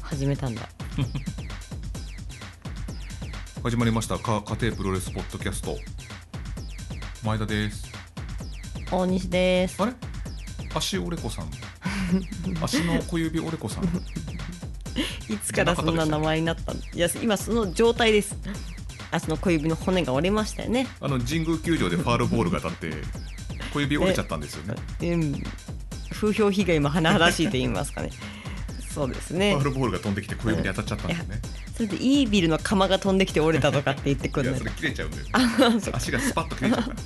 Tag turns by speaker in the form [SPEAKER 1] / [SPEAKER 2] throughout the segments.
[SPEAKER 1] 始めたんだ
[SPEAKER 2] 始まりましたか家庭プロレスポッドキャスト前田です
[SPEAKER 1] 大西です
[SPEAKER 2] あれ足オレコ さん足の小指オレコさん
[SPEAKER 1] いつからそんな名前になったのいや今その状態です足の小指の骨が折れましたよね
[SPEAKER 2] あの神宮球場でファールボールが当たって小指折れちゃったんですよね
[SPEAKER 1] うん風評被害も甚だしいと言いますかね そうです
[SPEAKER 2] ファ
[SPEAKER 1] ね
[SPEAKER 2] ールボールが飛んできて小指に当たっちゃったんだよね
[SPEAKER 1] それでイービルの釜が飛んできて折れたとかって言ってく
[SPEAKER 2] い
[SPEAKER 1] るの
[SPEAKER 2] や それ切れちゃうんだよね
[SPEAKER 1] あそう
[SPEAKER 2] 足がスパッと切れちゃ うから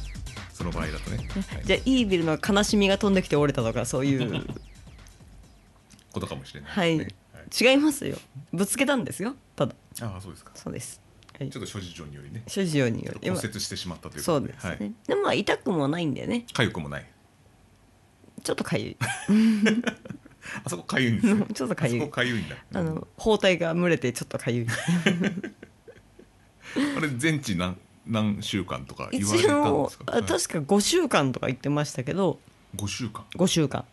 [SPEAKER 2] その場合だとね、はい
[SPEAKER 1] じゃあイービルの悲しみが飛んできて折れたとかそういう
[SPEAKER 2] ことかもしれない、
[SPEAKER 1] はい
[SPEAKER 2] ねはい
[SPEAKER 1] 違いますよぶつけたんですよただ
[SPEAKER 2] ああそうですか
[SPEAKER 1] そうです、はい
[SPEAKER 2] ちょ、っと諸事情によりね
[SPEAKER 1] 諸事情に
[SPEAKER 2] ち
[SPEAKER 1] よ
[SPEAKER 2] ょっと
[SPEAKER 1] り今
[SPEAKER 2] 骨折してしまったというこ
[SPEAKER 1] そ
[SPEAKER 2] と
[SPEAKER 1] う
[SPEAKER 2] で
[SPEAKER 1] ですね、
[SPEAKER 2] はい、
[SPEAKER 1] でもまあ痛くもないんだよね
[SPEAKER 2] 痒くもない
[SPEAKER 1] ちょっとかゆい
[SPEAKER 2] あそこ痒いんですよ
[SPEAKER 1] ちょっと痒い
[SPEAKER 2] あそこ痒いんだ
[SPEAKER 1] あの包帯が蒸れてちょっとかゆ い
[SPEAKER 2] あれ全治何何週間とか
[SPEAKER 1] 一
[SPEAKER 2] 言われたん
[SPEAKER 1] 応
[SPEAKER 2] ですか
[SPEAKER 1] あ確か5週間とか言ってましたけど
[SPEAKER 2] 5週間
[SPEAKER 1] 5週間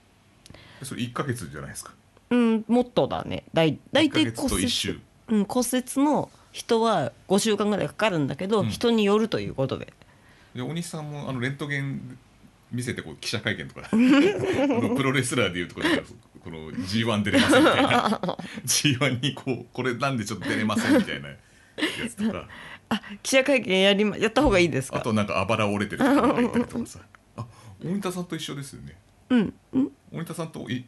[SPEAKER 2] それ1か月じゃないですか
[SPEAKER 1] うんもっとだねだい大体
[SPEAKER 2] 1ヶ月
[SPEAKER 1] 骨
[SPEAKER 2] と1
[SPEAKER 1] 折
[SPEAKER 2] 週
[SPEAKER 1] うん、骨折の人は5週間ぐらいかかるんだけど、
[SPEAKER 2] うん
[SPEAKER 1] 人によるということで
[SPEAKER 2] で大西さんもあのレントゲン見せてこう記者会見と かあのプロレスラーでいうところこの G1 出れませんみたいな G1 にこうこれなんでちょっと出れませんみたいなやつとか
[SPEAKER 1] あ記者会見やりまやった方がいいです
[SPEAKER 2] あ
[SPEAKER 1] か
[SPEAKER 2] となんかあばら折れてるとか言ったりとかさあ大田さんと一緒ですよね
[SPEAKER 1] うんうん
[SPEAKER 2] 大田さんとい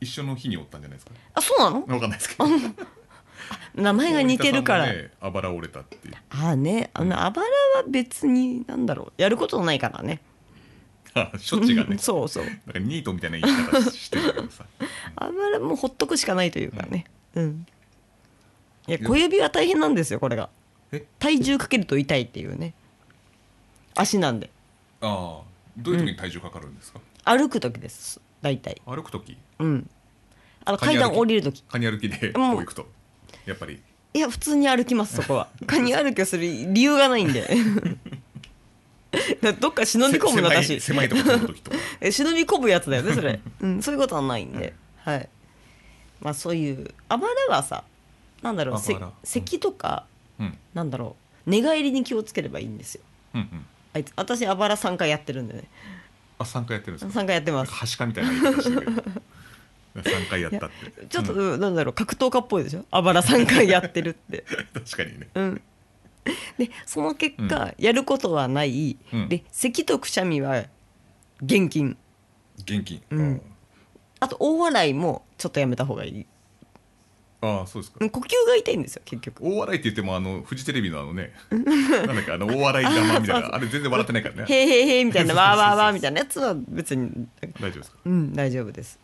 [SPEAKER 2] 一緒の日におったんじゃないですか
[SPEAKER 1] あそうなの
[SPEAKER 2] 分かんないですけど前
[SPEAKER 1] 名前が似てるから、
[SPEAKER 2] あばら折れたっていう
[SPEAKER 1] ああねあのあばらは別になんだろうやることないからね
[SPEAKER 2] あ処置がね
[SPEAKER 1] そうそう
[SPEAKER 2] なんかニートみたいな言い方してるけ どさ
[SPEAKER 1] あばらもうほっとくしかないというかねうんいや
[SPEAKER 2] よ
[SPEAKER 1] 小指は大変なんですよこれが
[SPEAKER 2] え
[SPEAKER 1] 体重かけると痛いっていうね足なんで
[SPEAKER 2] ああどういう時に体重かかるんですか、
[SPEAKER 1] 歩く時です大体
[SPEAKER 2] 歩く時
[SPEAKER 1] うんあの
[SPEAKER 2] カニ
[SPEAKER 1] 階
[SPEAKER 2] 歩き
[SPEAKER 1] 段降りる時
[SPEAKER 2] カニ歩きで
[SPEAKER 1] も
[SPEAKER 2] こ
[SPEAKER 1] う
[SPEAKER 2] う行くとやっぱり
[SPEAKER 1] いや普通に歩きますそこ はカニ歩きをする理由がない んでだからどっか忍び込むの
[SPEAKER 2] 狭
[SPEAKER 1] 私
[SPEAKER 2] い狭いところの 時とか
[SPEAKER 1] え忍び込むやつだよねそれ、うん、そういうことはないんで、はいまあそういうあばらはさなんだろうせ
[SPEAKER 2] あばらうん
[SPEAKER 1] 咳とか、
[SPEAKER 2] うん
[SPEAKER 1] なんだろう寝返りに気をつければいいんですよ
[SPEAKER 2] うんうん
[SPEAKER 1] あいつ私あばら3回やってるんでね
[SPEAKER 2] あ三回やってるんですか
[SPEAKER 1] 3回やって
[SPEAKER 2] な
[SPEAKER 1] ま
[SPEAKER 2] んか
[SPEAKER 1] す
[SPEAKER 2] はしかみたいな言い方してるけど三回やったって
[SPEAKER 1] ちょっと、
[SPEAKER 2] うん
[SPEAKER 1] う んなんだろう格闘家っぽいでしょあばら3回やってるって
[SPEAKER 2] 確かにね
[SPEAKER 1] うん でその結果、やることはない、
[SPEAKER 2] うん
[SPEAKER 1] で咳とくしゃみは厳禁
[SPEAKER 2] 現金、
[SPEAKER 1] うんあと大笑いもちょっとやめた方がいい
[SPEAKER 2] ああそうですか、
[SPEAKER 1] うん呼吸が痛いんですよ結局
[SPEAKER 2] 大笑いって言ってもあのフジテレビのあ のねなんだっけあの大笑い玉みたい
[SPEAKER 1] あーそうそう
[SPEAKER 2] なあれ全然笑ってないからね
[SPEAKER 1] へーへーへーみたい な、わーわーわ
[SPEAKER 2] そうそうそうそ
[SPEAKER 1] ー
[SPEAKER 2] う
[SPEAKER 1] みたいなやつは別に、
[SPEAKER 2] 大丈夫です
[SPEAKER 1] うん、大丈夫です。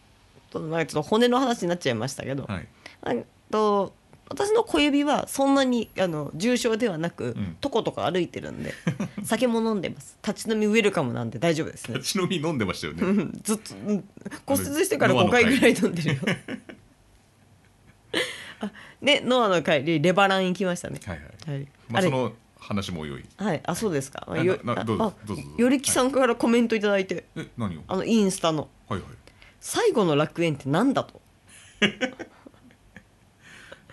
[SPEAKER 1] となんかちょっと骨の話になっちゃいましたけど
[SPEAKER 2] か、はい
[SPEAKER 1] なんかと私の小指はそんなにあの重症ではなく、
[SPEAKER 2] ん
[SPEAKER 1] とことこ歩いてるん で、酒も飲んでます。立ち飲みウェルカムなんで大丈夫ですね。
[SPEAKER 2] 立ち飲み飲んでましたよ
[SPEAKER 1] う
[SPEAKER 2] ね
[SPEAKER 1] んずっと、うん骨折してから
[SPEAKER 2] ノア
[SPEAKER 1] 5
[SPEAKER 2] の
[SPEAKER 1] 回
[SPEAKER 2] 会
[SPEAKER 1] ぐらい飲んでるよ。あでノアの帰りレバラン行きましたね。
[SPEAKER 2] はいはい
[SPEAKER 1] はい、あ
[SPEAKER 2] まあ、
[SPEAKER 1] れ
[SPEAKER 2] その話も良い。
[SPEAKER 1] はい、あ、そうですか。
[SPEAKER 2] な
[SPEAKER 1] よ
[SPEAKER 2] な
[SPEAKER 1] あ
[SPEAKER 2] どうぞ
[SPEAKER 1] あ
[SPEAKER 2] どうぞどうぞ
[SPEAKER 1] よりきさんからコメントいただいて、
[SPEAKER 2] え、何を。は
[SPEAKER 1] あのインスタの
[SPEAKER 2] いはい。
[SPEAKER 1] 最後の楽園ってなんだと。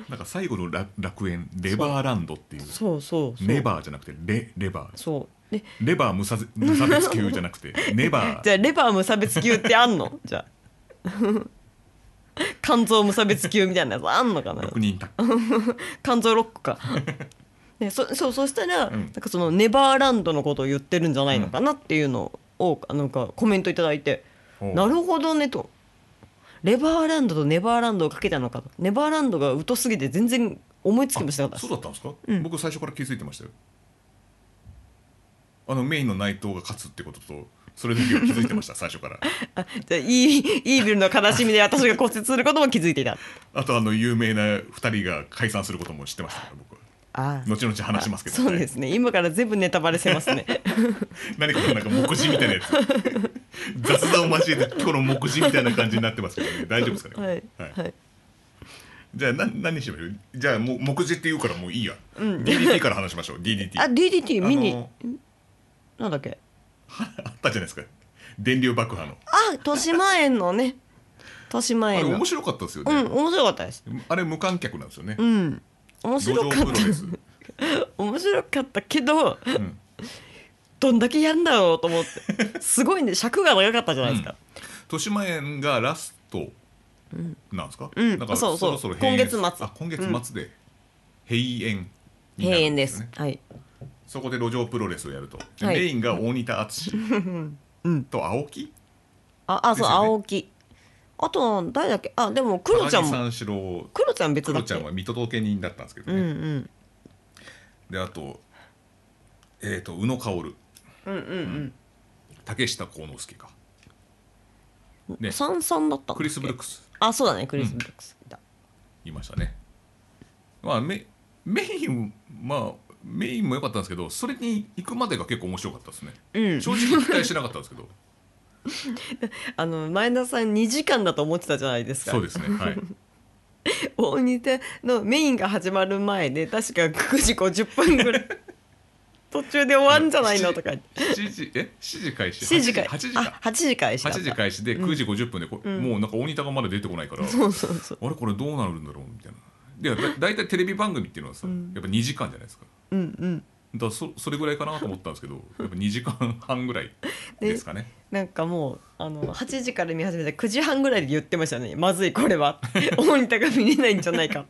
[SPEAKER 2] なんか最後の楽楽園、レバーランドっていう。
[SPEAKER 1] そうそうそう。
[SPEAKER 2] ネバーじゃなくて、レ、レバー。
[SPEAKER 1] そう。で、
[SPEAKER 2] レバー無差 無差別級じゃなくて、ネバ
[SPEAKER 1] じゃ
[SPEAKER 2] ー。
[SPEAKER 1] あレバー無差別級ってあん の？じゃあ。肝臓無差別級みたいなやつあんのかな。
[SPEAKER 2] 六人タ ッグ。
[SPEAKER 1] 肝臓ロック か。ね、そそうそしたら、
[SPEAKER 2] ん
[SPEAKER 1] なんかそのネバーランドのことを言ってるんじゃないのかなっていうのを、あなんかコメントいただいて、
[SPEAKER 2] おう
[SPEAKER 1] なるほどねと。レバーランドとネバーランドをかけたのかと。ネバーランドが疎すぎて全然思いつきもしなかった
[SPEAKER 2] そう
[SPEAKER 1] です。
[SPEAKER 2] だったんですか、僕最初から気づいてましたよ。あのメインの内藤が勝つってことと、それだけは気づいてま した、最初から。
[SPEAKER 1] あじゃあイーイービルの悲しみで私が骨折することも気づいていた。
[SPEAKER 2] あと、あの有名な二人が解散することも知ってましたから、僕は。
[SPEAKER 1] あ
[SPEAKER 2] 後々話しますけど、ね。
[SPEAKER 1] そうですね。今から全部ネタバレせますね。
[SPEAKER 2] 何かこうなんか目次みたいなや つ雑談を交えて今日の目次みたいな感じになってますけどね大丈夫ですか
[SPEAKER 1] はい
[SPEAKER 2] ね、
[SPEAKER 1] はい。
[SPEAKER 2] じゃあな何にしましょうじゃあもう目次って言うからもういいや、DDT から話しましょう DDT
[SPEAKER 1] あ、DDT 見
[SPEAKER 2] あ
[SPEAKER 1] に
[SPEAKER 2] の
[SPEAKER 1] なんだっけ。
[SPEAKER 2] あったじゃないですか電流爆破の
[SPEAKER 1] あ、豊島園のね。豊
[SPEAKER 2] あ
[SPEAKER 1] 島
[SPEAKER 2] れ
[SPEAKER 1] 園の
[SPEAKER 2] 面白かったですよ
[SPEAKER 1] う
[SPEAKER 2] ね
[SPEAKER 1] ん、面白かったです
[SPEAKER 2] あれ無観客なんですよね
[SPEAKER 1] うん面
[SPEAKER 2] 路
[SPEAKER 1] 白
[SPEAKER 2] 上
[SPEAKER 1] かっ
[SPEAKER 2] プロレス、
[SPEAKER 1] た 面白かったけど
[SPEAKER 2] うん、
[SPEAKER 1] どんだけやんだろうと思 ってすごいね尺が長かったじゃないですか、
[SPEAKER 2] 豊島園がラストなんですか、
[SPEAKER 1] うん
[SPEAKER 2] だから
[SPEAKER 1] そうそう
[SPEAKER 2] ろろ閉園
[SPEAKER 1] 今月末
[SPEAKER 2] あ今月末で閉園にな
[SPEAKER 1] 閉
[SPEAKER 2] るん
[SPEAKER 1] 園で
[SPEAKER 2] です
[SPEAKER 1] す
[SPEAKER 2] よね
[SPEAKER 1] はい
[SPEAKER 2] そこで路上プロレスをやると、で
[SPEAKER 1] はい
[SPEAKER 2] メインが大仁田淳
[SPEAKER 1] うん
[SPEAKER 2] と青木
[SPEAKER 1] ああそう、
[SPEAKER 2] ですよね
[SPEAKER 1] 青木あと誰だっけあでもクロちゃん
[SPEAKER 2] 高
[SPEAKER 1] も
[SPEAKER 2] 木三四郎
[SPEAKER 1] クロちゃん別
[SPEAKER 2] ク
[SPEAKER 1] だ
[SPEAKER 2] ロ
[SPEAKER 1] っけ
[SPEAKER 2] ちゃんは水戸届け人だったんですけど
[SPEAKER 1] うん
[SPEAKER 2] ね、
[SPEAKER 1] うん
[SPEAKER 2] であとえっ、と宇野薫
[SPEAKER 1] うんうん
[SPEAKER 2] 竹下幸之助か
[SPEAKER 1] う
[SPEAKER 2] ね
[SPEAKER 1] ん三々だったんだっけ
[SPEAKER 2] クリス・ブルックス
[SPEAKER 1] あそうだねクリス・ブルックスだ、
[SPEAKER 2] いましたねまあメメインまあメインも良かったんですけどそれに行くまでが結構面白かったですね
[SPEAKER 1] うん
[SPEAKER 2] 正直期待してなかったんです けど
[SPEAKER 1] あの前田さん2時間だと思ってたじゃないですか
[SPEAKER 2] そうですねはい
[SPEAKER 1] 大仁田のメインが始まる前で確か9時50分ぐらい途中で終わんじゃないのとか
[SPEAKER 2] 7時え7時開始
[SPEAKER 1] 7時か
[SPEAKER 2] 8時
[SPEAKER 1] あ
[SPEAKER 2] か
[SPEAKER 1] 8時開始だった
[SPEAKER 2] 8時開始で9時50分でこ、もうなんか大仁田がまだ出てこないから、
[SPEAKER 1] そうそうそう
[SPEAKER 2] あれこれどうなるんだろうみたいなでだ大体テレビ番組っていうのはさ、やっぱ2時間じゃないですか
[SPEAKER 1] うんうん
[SPEAKER 2] だからそそれぐらいかなと思ったんですけどやっぱ2時間半ぐらいです かね
[SPEAKER 1] なんかもうあの8時から見始めて9時半ぐらいで言ってましたねまずいこれは大仁田が見れないんじゃないか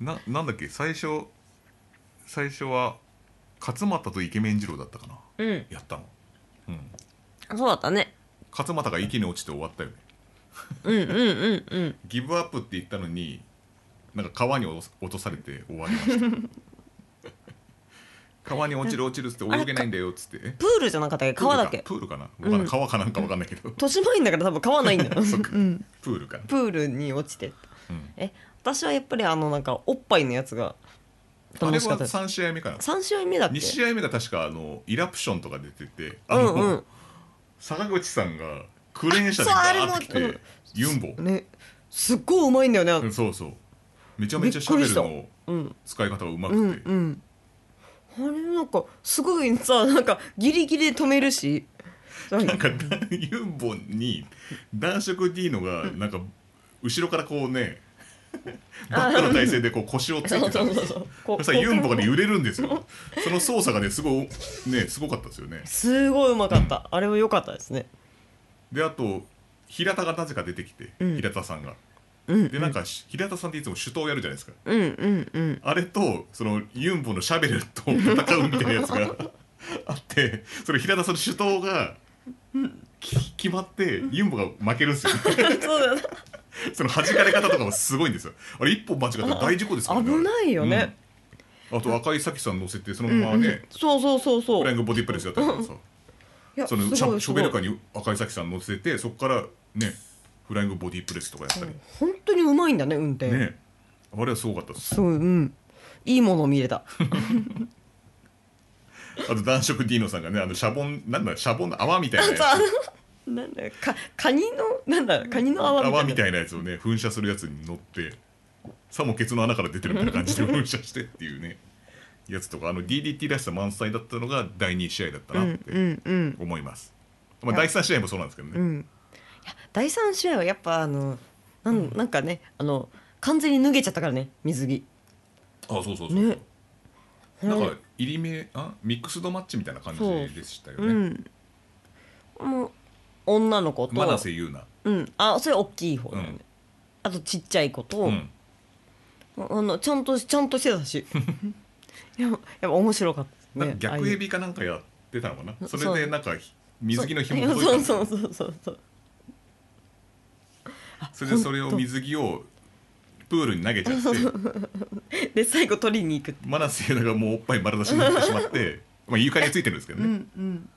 [SPEAKER 2] ななんだっけ最初最初は勝俣とイケメン二郎だったかな
[SPEAKER 1] うん
[SPEAKER 2] やったの、うん、
[SPEAKER 1] そうだったね
[SPEAKER 2] 勝俣が息に落ちて終わったよね
[SPEAKER 1] うんうんうんうん
[SPEAKER 2] ギブアップって言ったのになんか川に落とす落とされて終わりました 川に落ちる落ちるっつって泳げないんだよっつってえ
[SPEAKER 1] プールじゃなかったっけ川だっけ
[SPEAKER 2] プールかなプールかなわかんない
[SPEAKER 1] うん
[SPEAKER 2] 川かなんかわかんないけど
[SPEAKER 1] 豊島園だから多分川ないんだよ、
[SPEAKER 2] そっか
[SPEAKER 1] うん、
[SPEAKER 2] プールかな、
[SPEAKER 1] プールに落ちて
[SPEAKER 2] うん
[SPEAKER 1] え私はやっぱりあのなんかおっぱいのやつが
[SPEAKER 2] あ
[SPEAKER 1] 楽
[SPEAKER 2] れ
[SPEAKER 1] しかった
[SPEAKER 2] は
[SPEAKER 1] です
[SPEAKER 2] 3試合目かな
[SPEAKER 1] 3試合目だっけ
[SPEAKER 2] 2試合目が確かあのイラプションとか出ててあ
[SPEAKER 1] う
[SPEAKER 2] の、
[SPEAKER 1] ん
[SPEAKER 2] 坂口さんがクレーン車で
[SPEAKER 1] あ
[SPEAKER 2] バ
[SPEAKER 1] そう
[SPEAKER 2] ーって来て
[SPEAKER 1] あれもうん
[SPEAKER 2] ユンボ、
[SPEAKER 1] うんねすっごいうまいんだよねあ
[SPEAKER 2] う
[SPEAKER 1] の
[SPEAKER 2] んそうそうめちゃめちゃシャベルの
[SPEAKER 1] うん
[SPEAKER 2] 使い方がうまく
[SPEAKER 1] う
[SPEAKER 2] て、
[SPEAKER 1] んうんあれなんかすごいさなんかギリギリで止めるしなん
[SPEAKER 2] なん
[SPEAKER 1] か
[SPEAKER 2] かユンボに男色ディーノがなんか後ろからこうねバックの体勢でこう腰をつい
[SPEAKER 1] そ
[SPEAKER 2] て
[SPEAKER 1] うそ
[SPEAKER 2] たん
[SPEAKER 1] う
[SPEAKER 2] です
[SPEAKER 1] そう
[SPEAKER 2] よ
[SPEAKER 1] そう
[SPEAKER 2] そしたらユンボがね揺れるんですよその操作がねすごいねすごかったですよ ね
[SPEAKER 1] すごいうまかったあれは良かったですね
[SPEAKER 2] であと平田がなぜか出てきて、
[SPEAKER 1] うん
[SPEAKER 2] 平田さんが
[SPEAKER 1] うんうん
[SPEAKER 2] でなんかし平田さんっていつも手刀やるじゃないですか
[SPEAKER 1] うんうん うん
[SPEAKER 2] あれとそのユンボのシャベルと戦うみたいなやつ があってそれ平田さんの手刀がき決まってユンボが負けるんですよ
[SPEAKER 1] そうだよね
[SPEAKER 2] その弾かれ方とかもすごいんですよあれ一歩間違ったら大事故ですから
[SPEAKER 1] 危ないよね、
[SPEAKER 2] うんあと赤井咲さん乗せてそのままね、
[SPEAKER 1] そうそうそうそ
[SPEAKER 2] フライ
[SPEAKER 1] う
[SPEAKER 2] ングボディプレスやったりとかさ
[SPEAKER 1] いや
[SPEAKER 2] その
[SPEAKER 1] す
[SPEAKER 2] シ
[SPEAKER 1] ご
[SPEAKER 2] ャ
[SPEAKER 1] い
[SPEAKER 2] ショベルカ
[SPEAKER 1] すごい
[SPEAKER 2] ーに赤井咲さん乗せてそこからねフライングボディプレスとかやったり、
[SPEAKER 1] 本当にうまいんだね運転
[SPEAKER 2] ねあれはすごかったです
[SPEAKER 1] すごいうんいいものを見れた
[SPEAKER 2] あと男色ディーノさんがねあのシャボンなんだシャボンの泡みたいな やつ
[SPEAKER 1] なんだよかカニのなんだカニの泡みたいな
[SPEAKER 2] 泡みたいなやつをね噴射するやつに乗ってさもケツの穴から出てるみたいな感じで噴射してっていうねやつとかあの DDT らしさ満載だったのが第2試合だったなっ
[SPEAKER 1] う
[SPEAKER 2] て
[SPEAKER 1] んうん
[SPEAKER 2] 思います、まあ、第3試合もそうなんですけどね、
[SPEAKER 1] うんいや第三試合はやっぱあのなんなんかねあの完全に脱げちゃったからね水着
[SPEAKER 2] あそうそうそう、
[SPEAKER 1] ね
[SPEAKER 2] なんか入り目あミックスドマッチみたいな感じでしたよ
[SPEAKER 1] う
[SPEAKER 2] ね
[SPEAKER 1] んもう女の子と
[SPEAKER 2] 真瀬優奈
[SPEAKER 1] うんあそれ大きい方だよね、
[SPEAKER 2] うん
[SPEAKER 1] あとちっちゃい子と、
[SPEAKER 2] うん
[SPEAKER 1] あのちゃんとちゃんとしてたし いややっぱ面白かった
[SPEAKER 2] なん
[SPEAKER 1] ね
[SPEAKER 2] か逆エビかなんかやってたのかなそれでなんか水着の紐
[SPEAKER 1] も
[SPEAKER 2] を
[SPEAKER 1] そ
[SPEAKER 2] 解
[SPEAKER 1] う
[SPEAKER 2] いた
[SPEAKER 1] そ
[SPEAKER 2] の
[SPEAKER 1] うそうそうそう
[SPEAKER 2] それでそれを水着をプールに投げちゃって
[SPEAKER 1] で最後取りに行くって
[SPEAKER 2] マナセイナがもうおっぱい丸出しになってし まって、まあ、床についてるんですけどね、
[SPEAKER 1] うんうん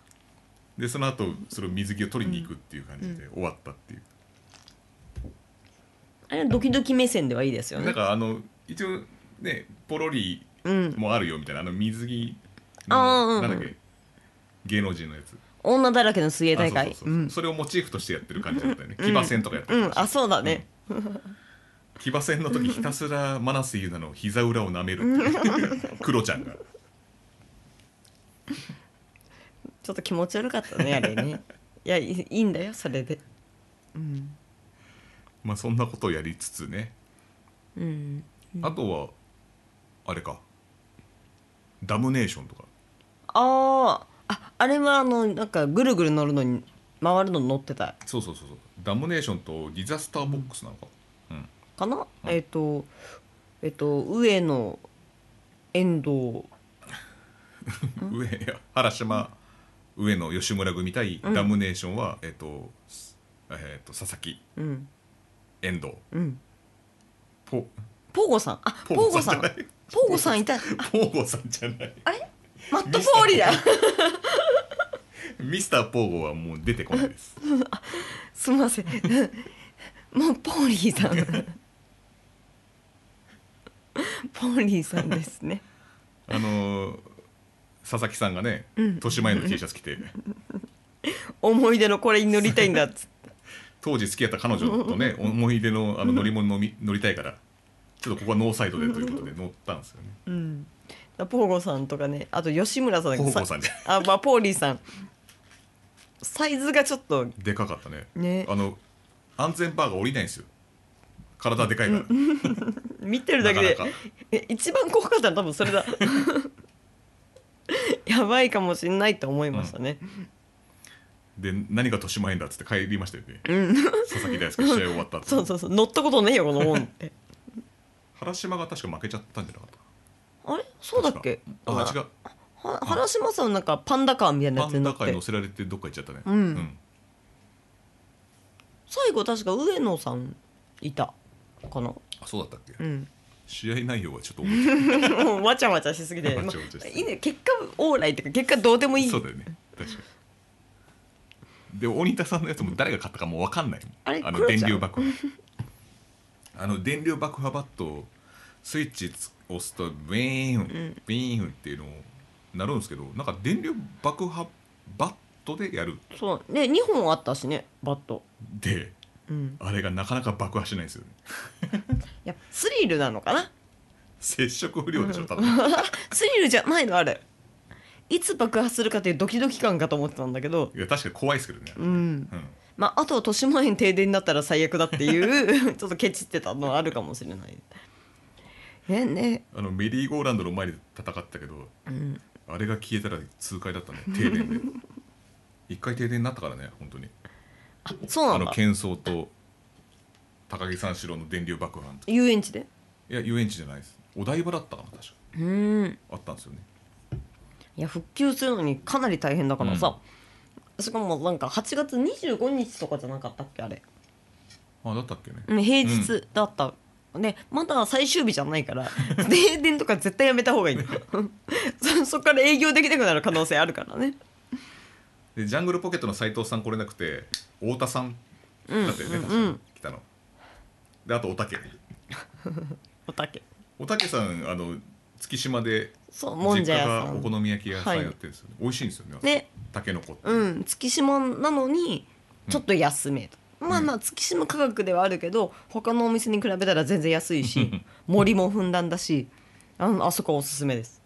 [SPEAKER 2] でその後それを水着を取りに行くっていう感じで終わったっていう、
[SPEAKER 1] あれはドキドキ目線ではいいですよ
[SPEAKER 2] なん
[SPEAKER 1] ね
[SPEAKER 2] かあの一応ねポロリ
[SPEAKER 1] うん
[SPEAKER 2] もあるよみたいなあの水着
[SPEAKER 1] あーうんう
[SPEAKER 2] の
[SPEAKER 1] ん
[SPEAKER 2] なんだっけ芸能人のやつ
[SPEAKER 1] 女だらけの水泳大
[SPEAKER 2] あそうそう
[SPEAKER 1] 会
[SPEAKER 2] そうう、
[SPEAKER 1] ん
[SPEAKER 2] それをモチーフとしてやってる感じだったよね騎馬戦とかやって
[SPEAKER 1] うんあそうだ
[SPEAKER 2] う
[SPEAKER 1] ね、
[SPEAKER 2] 騎馬戦の時ひたすらマナスユナの膝裏を舐めるっていうクロちゃんが
[SPEAKER 1] ちょっと気持ち悪かったねあれねいやいいいいんだよそれでうん
[SPEAKER 2] まあそんなことをやりつつね
[SPEAKER 1] うん
[SPEAKER 2] あとはあれかダムネーションとか
[SPEAKER 1] あーああれはあのなんかぐるぐる乗るのに回るのに乗ってた
[SPEAKER 2] そうそうそうそうダムネーションとディザスターボックスなのかうん
[SPEAKER 1] かな、えっ、とえっ、と上野遠藤
[SPEAKER 2] 上いや原島上野吉村組対ダムネーションは、えっ、と,、えっと佐々木
[SPEAKER 1] うん
[SPEAKER 2] 遠藤
[SPEAKER 1] うん
[SPEAKER 2] ポ
[SPEAKER 1] ポーゴさんあポーゴさん
[SPEAKER 2] じゃ
[SPEAKER 1] ポ
[SPEAKER 2] ない
[SPEAKER 1] ーゴさんいた
[SPEAKER 2] ポーゴさんじゃない
[SPEAKER 1] マット・フォーリーだ
[SPEAKER 2] ミスターポーゴはもう出てこないです
[SPEAKER 1] すみません もうポーリーさん ポーリーさんですね
[SPEAKER 2] あのー佐々木さんがね豊島園の T シャツ着て
[SPEAKER 1] 思い出のこれに乗りたいんだっつって
[SPEAKER 2] 当時付き合った彼女とね思い出のあの乗り物のみ乗りたいからちょっとここはノーサイドでということで乗ったんですよね
[SPEAKER 1] うんだポーゴさんとかねあと吉村さん
[SPEAKER 2] ポー
[SPEAKER 1] さ
[SPEAKER 2] ゴさんじゃ
[SPEAKER 1] あ、まあ、ポーリーさんサイズがちょっと
[SPEAKER 2] でかかったね
[SPEAKER 1] ね
[SPEAKER 2] あの安全バーが降りないんですよ体でかいから
[SPEAKER 1] 見てるだけで
[SPEAKER 2] なかなか
[SPEAKER 1] え一番怖かったの多分それ だやばいかもしんないと思いましたね、
[SPEAKER 2] で何が豊島園だっつって帰りましたよね、佐々木 大輔試合終わった後
[SPEAKER 1] そうそうそう乗ったことねえよこの本って
[SPEAKER 2] 原島が確か負けちゃったんじゃなかった
[SPEAKER 1] あれそうだっけ
[SPEAKER 2] 確かあ違う
[SPEAKER 1] は原島さんなんかパンダカーみたいな
[SPEAKER 2] パ
[SPEAKER 1] やつに
[SPEAKER 2] ン
[SPEAKER 1] 乗
[SPEAKER 2] ダ
[SPEAKER 1] っ
[SPEAKER 2] 界
[SPEAKER 1] て
[SPEAKER 2] 乗せられてどっか行っちゃったね
[SPEAKER 1] うん最後確か上野さんいたかな
[SPEAKER 2] あそうだったっけ、
[SPEAKER 1] うん
[SPEAKER 2] 試合内容はちょっと覚えてない
[SPEAKER 1] もうわちゃわちゃしすぎて、
[SPEAKER 2] わ
[SPEAKER 1] ま
[SPEAKER 2] ちゃわちゃしすぎ
[SPEAKER 1] あ、
[SPEAKER 2] て
[SPEAKER 1] いいね結果オーライっていうか結果どうでもいい
[SPEAKER 2] そうだよね確かにで鬼田さんのやつも誰が勝ったかもう分かんない
[SPEAKER 1] あれ
[SPEAKER 2] の
[SPEAKER 1] 黒ちゃん
[SPEAKER 2] 電流爆破 あの電流爆破バットをスイッチ押すとビーン、ビーンっていうのをなるんですけどなんか電流爆破バットでやる
[SPEAKER 1] そうね2本あったしねバット
[SPEAKER 2] で
[SPEAKER 1] うん
[SPEAKER 2] あれがなかなか爆破しないんですよね
[SPEAKER 1] やっぱスリルなのかな
[SPEAKER 2] 接触不良でしょ多分
[SPEAKER 1] スリルじゃないのあれいつ爆破するかっていうドキドキ感かと思ってたんだけど
[SPEAKER 2] いや確かに怖いですけどね、
[SPEAKER 1] うん
[SPEAKER 2] うん
[SPEAKER 1] まああとは豊島園停電になったら最悪だっていう ちょっとケチってたのはあるかもしれないねね
[SPEAKER 2] あのメリーゴーランドの前で戦ったけど
[SPEAKER 1] うん
[SPEAKER 2] あれが消えたら痛快だったね停電で 一回停電になったからね本当に
[SPEAKER 1] あそう
[SPEAKER 2] あ
[SPEAKER 1] なん
[SPEAKER 2] の
[SPEAKER 1] だ
[SPEAKER 2] 喧騒と高木三四郎の電流爆破の時
[SPEAKER 1] 遊園地で
[SPEAKER 2] いや遊園地じゃないですお台場だったかな確か
[SPEAKER 1] うん
[SPEAKER 2] あったんですよね
[SPEAKER 1] いや復旧するのにかなり大変だからさ、しかもなんか8月25日とかじゃなかったっけあれ
[SPEAKER 2] あだったっけね、
[SPEAKER 1] うん平日だった、ねまだ最終日じゃないから 停電とか絶対やめた方がいい そそっから営業できなくなる可能性あるからね
[SPEAKER 2] でジャングルポケットの斉藤さん来れなくて太田さんだったよね、
[SPEAKER 1] うん
[SPEAKER 2] 確か
[SPEAKER 1] う
[SPEAKER 2] に
[SPEAKER 1] ん
[SPEAKER 2] 来たのであとおたけ
[SPEAKER 1] おたけ
[SPEAKER 2] おたけさんあの月島で
[SPEAKER 1] そうもん
[SPEAKER 2] 実
[SPEAKER 1] じゃ
[SPEAKER 2] 家
[SPEAKER 1] 屋さ
[SPEAKER 2] がお好
[SPEAKER 1] ん
[SPEAKER 2] み焼き屋さんやってるんですよね、美味しいんですよね
[SPEAKER 1] ね
[SPEAKER 2] たけのこって、
[SPEAKER 1] うん月島なのにちょっと安めと、まあまあ月島価格ではあるけど他のお店に比べたら全然安いし森もふんだんだしあのあそこおすすめです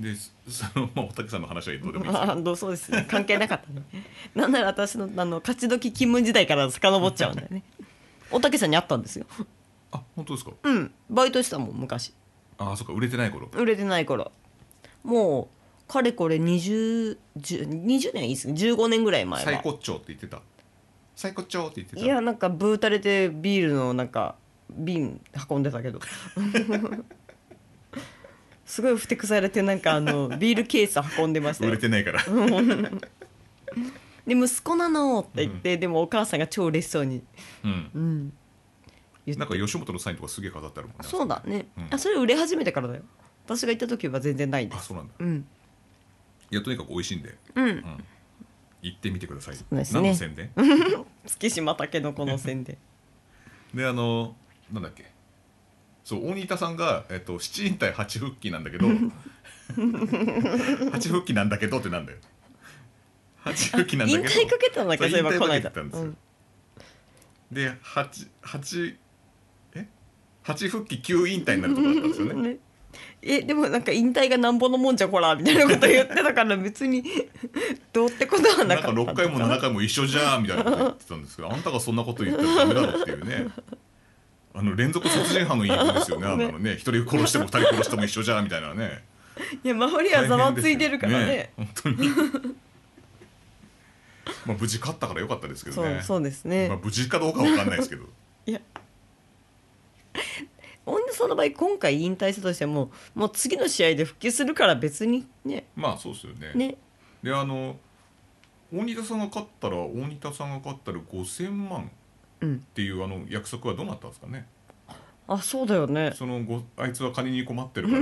[SPEAKER 2] でそそのまあおたけさんの話はどうでもいいですけ ど
[SPEAKER 1] あどうそうですね関係なかったね なんなら私のあの勝ち時勤務時代から遡っちゃうんだよね おたけさんに会ったんですよ
[SPEAKER 2] あ本当ですか
[SPEAKER 1] うんバイトしてたもん昔
[SPEAKER 2] あそっか売れてない頃
[SPEAKER 1] 売れてない頃もうかれこれ2010 20年いいですね15年ぐらい前は
[SPEAKER 2] 最高潮って言ってた最高潮って言ってた
[SPEAKER 1] いやなんかブータレでビールのなんか瓶運んでたけど すごいふてくされてなんかあのビールケース運んでました
[SPEAKER 2] 売
[SPEAKER 1] よ
[SPEAKER 2] れてないから
[SPEAKER 1] で息子なのって言って、でもお母さんが超嬉しそうに
[SPEAKER 2] うん
[SPEAKER 1] うん言って
[SPEAKER 2] なんか吉本のサインとかすげえ飾ってあるもんね
[SPEAKER 1] そうだね、
[SPEAKER 2] うん
[SPEAKER 1] あそれ売れ始めてからだよ私が行った時は全然ないで
[SPEAKER 2] あ
[SPEAKER 1] す
[SPEAKER 2] そうなんだ
[SPEAKER 1] うん
[SPEAKER 2] いやとにかく美味しいんで
[SPEAKER 1] うん
[SPEAKER 2] 行ってみてください、
[SPEAKER 1] うですね
[SPEAKER 2] 何の宣伝
[SPEAKER 1] 月島たけのこの宣伝
[SPEAKER 2] であのなんだっけそう大仁田さんが、えっと、七人対八復帰なんだ けど八復帰なんだけどってなんだよ八復帰なんだ
[SPEAKER 1] 引
[SPEAKER 2] けど
[SPEAKER 1] 退かけたんだっけ
[SPEAKER 2] そう
[SPEAKER 1] どそういえば
[SPEAKER 2] 引退
[SPEAKER 1] この間
[SPEAKER 2] かけてたんですよ
[SPEAKER 1] うん
[SPEAKER 2] で八八え八復帰9引退になるところだったんですよね
[SPEAKER 1] ねえでもなんか引退がなんぼのもんじゃこらみたいなこと言ってたから別に どうってことは
[SPEAKER 2] な
[SPEAKER 1] なんか
[SPEAKER 2] か
[SPEAKER 1] ったの
[SPEAKER 2] 6回も7回も一緒じゃーみたいなこと言ってたんですけどあんたがそんなこと言ったらダメだろっていうねあの連続殺人犯の言い分ですよねあんなの ね一人殺しても二人殺しても一緒じゃーみたいなね
[SPEAKER 1] いや周りはざわついてるからね
[SPEAKER 2] 大変ですよね本当に まあ無事勝ったから良かったですけど
[SPEAKER 1] そ
[SPEAKER 2] ね
[SPEAKER 1] うそうですね、
[SPEAKER 2] まあ、無事かどうかわかんないですけど
[SPEAKER 1] いや女さんの場合今回引退したとしてももう次の試合で復帰するから別にね
[SPEAKER 2] まあそうですよね
[SPEAKER 1] ね
[SPEAKER 2] であの大仁田さんが勝ったら大仁田さんが勝ったら5,000万
[SPEAKER 1] うん
[SPEAKER 2] っていうあの約束はどうなったんですかね
[SPEAKER 1] あそうだよね
[SPEAKER 2] そのごあいつは金に困って るから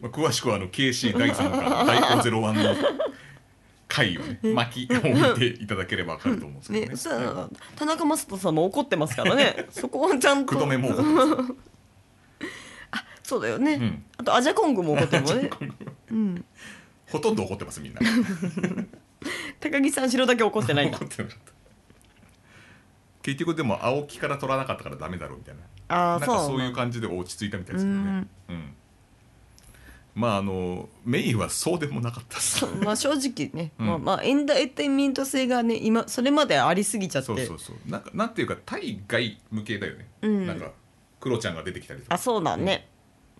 [SPEAKER 2] まあ詳しくはあの KC 大さんから大ゼ01の回をね巻きを見ていただければわかると思うんですけどね
[SPEAKER 1] ねさ田中将人さんも怒ってますから ねそこはちゃん
[SPEAKER 2] 福
[SPEAKER 1] と
[SPEAKER 2] 留も怒ってます
[SPEAKER 1] そうだよね、
[SPEAKER 2] うん
[SPEAKER 1] あ とアジャコングも怒ってるもんねうん
[SPEAKER 2] ほとんど怒ってますみんな
[SPEAKER 1] 高木さん白だけ怒ってないんだ
[SPEAKER 2] 怒ってなかった結局でも青木から取らなかったからダメだろうみたいな
[SPEAKER 1] あ あ
[SPEAKER 2] なんか
[SPEAKER 1] そう
[SPEAKER 2] そういう感じで落ち着いたみたいですけどね。うんまああのメインはそうでもなかったです。
[SPEAKER 1] そう まあ正直ね、
[SPEAKER 2] うん
[SPEAKER 1] まあまあエンターテインメント性がね今それまでありすぎちゃって
[SPEAKER 2] そうそうそう。なんかなんていうか対外向けだよね。
[SPEAKER 1] うん
[SPEAKER 2] なんかクロちゃんが出てきたりと
[SPEAKER 1] あ
[SPEAKER 2] か、
[SPEAKER 1] そうだね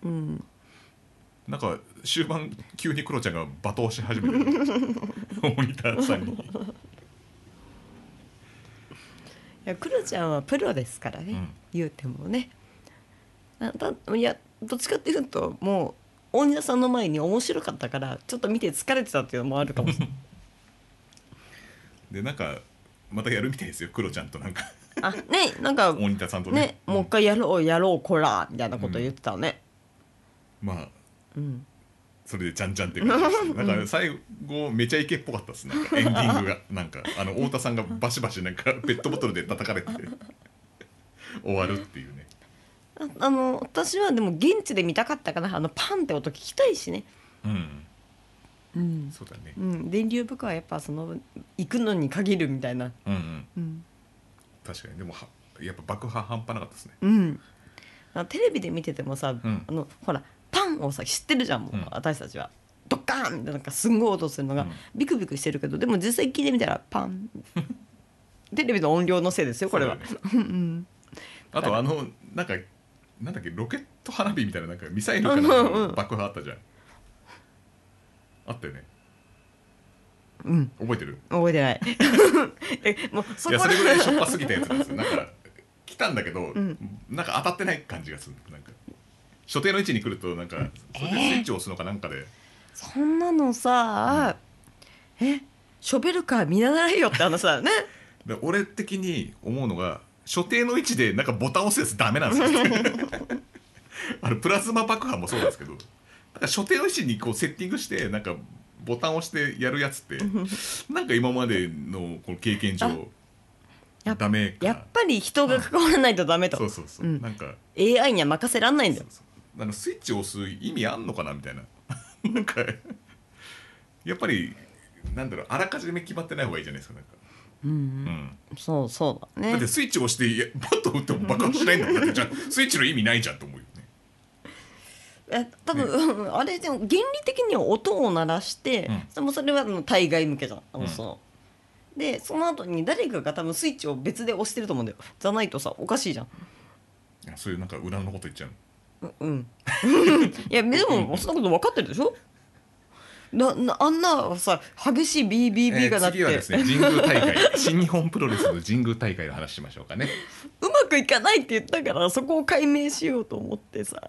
[SPEAKER 1] うん
[SPEAKER 2] なんか終盤急にクロちゃんが罵倒し始めてる。 モニターさんに。
[SPEAKER 1] いやクロちゃんはプロですからね、
[SPEAKER 2] うん
[SPEAKER 1] 言うてもねあだいやどっちかっていうともう大西田さんの前に面白かったからちょっと見て疲れてたっていうのもあるかもし れない
[SPEAKER 2] でなんかまたやるみたいですよ。クロちゃんとなんか
[SPEAKER 1] あねなんか
[SPEAKER 2] モニターさんとね。
[SPEAKER 1] ねもう一回やろうやろうこらみたいなこと言ってたね
[SPEAKER 2] うんまあ
[SPEAKER 1] うん、
[SPEAKER 2] それでじゃんじゃんって感じですなんか最後めちゃイケっぽかったですねエンディングがなんかあの太田さんがバシバシなんかペットボトルで叩かれて終わるっていうね
[SPEAKER 1] ああの私はでも現地で見たかったかなあのパンって音聞きたいしね
[SPEAKER 2] うん
[SPEAKER 1] うん、
[SPEAKER 2] そうだね
[SPEAKER 1] うん、電流部下はやっぱその行くのに限るみたいな
[SPEAKER 2] うんうん
[SPEAKER 1] うん、
[SPEAKER 2] 確かにでもはやっぱ爆破半端なかったですね
[SPEAKER 1] うん、あテレビで見ててもさ、
[SPEAKER 2] ん
[SPEAKER 1] あのほらパンをさ知ってるじゃんもう、
[SPEAKER 2] うん
[SPEAKER 1] 私たちはドッカーンってなんかすんごい音するのが、
[SPEAKER 2] うん
[SPEAKER 1] ビクビクしてるけどでも実際聞いてみたらパ ンテレビの音量のせいですよこれは、
[SPEAKER 2] そうだ ねあとあのなんかなんだっけロケット花火みたいななんかミサイルかなんか
[SPEAKER 1] うんう
[SPEAKER 2] の
[SPEAKER 1] ん
[SPEAKER 2] 爆破あったじゃんあったよね
[SPEAKER 1] うん
[SPEAKER 2] 覚えてる
[SPEAKER 1] 覚えてない えもうそ
[SPEAKER 2] いや
[SPEAKER 1] こ
[SPEAKER 2] そ
[SPEAKER 1] で
[SPEAKER 2] れぐらいしょっぱすぎたやつなんですよなんか来たんだけど、
[SPEAKER 1] ん
[SPEAKER 2] なんか当たってない感じがするなんか所定の位置に来るとなんかそれでスイッチを押すのかなんかで、
[SPEAKER 1] そんなのさ、えショベルカー見習えよって話 だよね
[SPEAKER 2] で俺的に思うのが所定の位置でなんかボタン押すやつダメなんですよ あのプラズマ爆破もそうなんですけどなんか所定の位置にこうセッティングしてなんかボタンを押してやるやつってなんか今までのこの経験上
[SPEAKER 1] やっ
[SPEAKER 2] ダメか
[SPEAKER 1] やっぱり人が関わらないとダメと、
[SPEAKER 2] そうそうそう、
[SPEAKER 1] うん
[SPEAKER 2] なんか
[SPEAKER 1] AI には任せらんないんだよ
[SPEAKER 2] あのスイッチを押す意味あんのかなみたいな なんかやっぱりなんだろうあらかじめ決まってない方がいいじゃないですかなんか、
[SPEAKER 1] うん
[SPEAKER 2] うん、
[SPEAKER 1] そうそうだ
[SPEAKER 2] だっ
[SPEAKER 1] ね
[SPEAKER 2] てスイッチを押していやバッと打っても爆発しない んだもんだってじゃあスイッチの意味ないじゃんと思うよね
[SPEAKER 1] え多分、
[SPEAKER 2] ね
[SPEAKER 1] うんあれでも原理的には音を鳴らして、
[SPEAKER 2] うん
[SPEAKER 1] でもそれはあの対外向けじゃんあの
[SPEAKER 2] うん
[SPEAKER 1] その、でその後に誰かが多分スイッチを別で押してると思うんだよじゃないとさおかしいじゃん
[SPEAKER 2] いやそういうなんか裏のこと言っちゃうの
[SPEAKER 1] ううんいやでもそんなこと分かってるでしょななあんなさ激しい BBB が
[SPEAKER 2] え
[SPEAKER 1] 鳴
[SPEAKER 2] ー
[SPEAKER 1] って、
[SPEAKER 2] 次はですね神宮大会 新日本プロレスの神宮大会の話しましょうかね
[SPEAKER 1] うまくいかないって言ったからそこを解明しようと思ってさ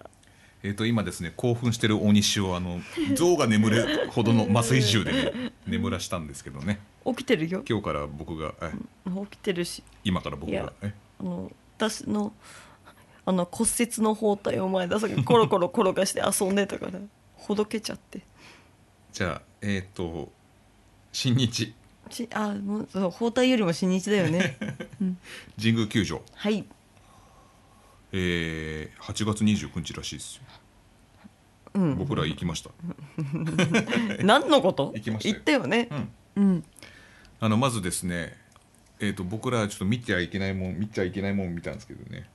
[SPEAKER 2] えっ、と今ですね興奮してる大西をあの象が眠るほどの麻酔銃でね、眠らしたんですけどね
[SPEAKER 1] 起きてるよ
[SPEAKER 2] 今日から僕がえ
[SPEAKER 1] 起きてるし
[SPEAKER 2] 今から僕
[SPEAKER 1] いや
[SPEAKER 2] がえ
[SPEAKER 1] あの私のあの骨折の包帯を前田 さんがコロコロ転がして遊んでたからほどけちゃって
[SPEAKER 2] じゃあえっ、と新日
[SPEAKER 1] しあもうそう包帯よりも新日だよ ね
[SPEAKER 2] 神宮球場、
[SPEAKER 1] はい
[SPEAKER 2] えー、8月29日らしいですよ、
[SPEAKER 1] うん
[SPEAKER 2] 僕ら行きました、
[SPEAKER 1] 何のこと
[SPEAKER 2] 行きましたよ
[SPEAKER 1] 言ったよね
[SPEAKER 2] うん、
[SPEAKER 1] うん
[SPEAKER 2] あのまずですねえっ、と僕らちょっと見てはいけないもん見ちゃいけないもん見たんですけどね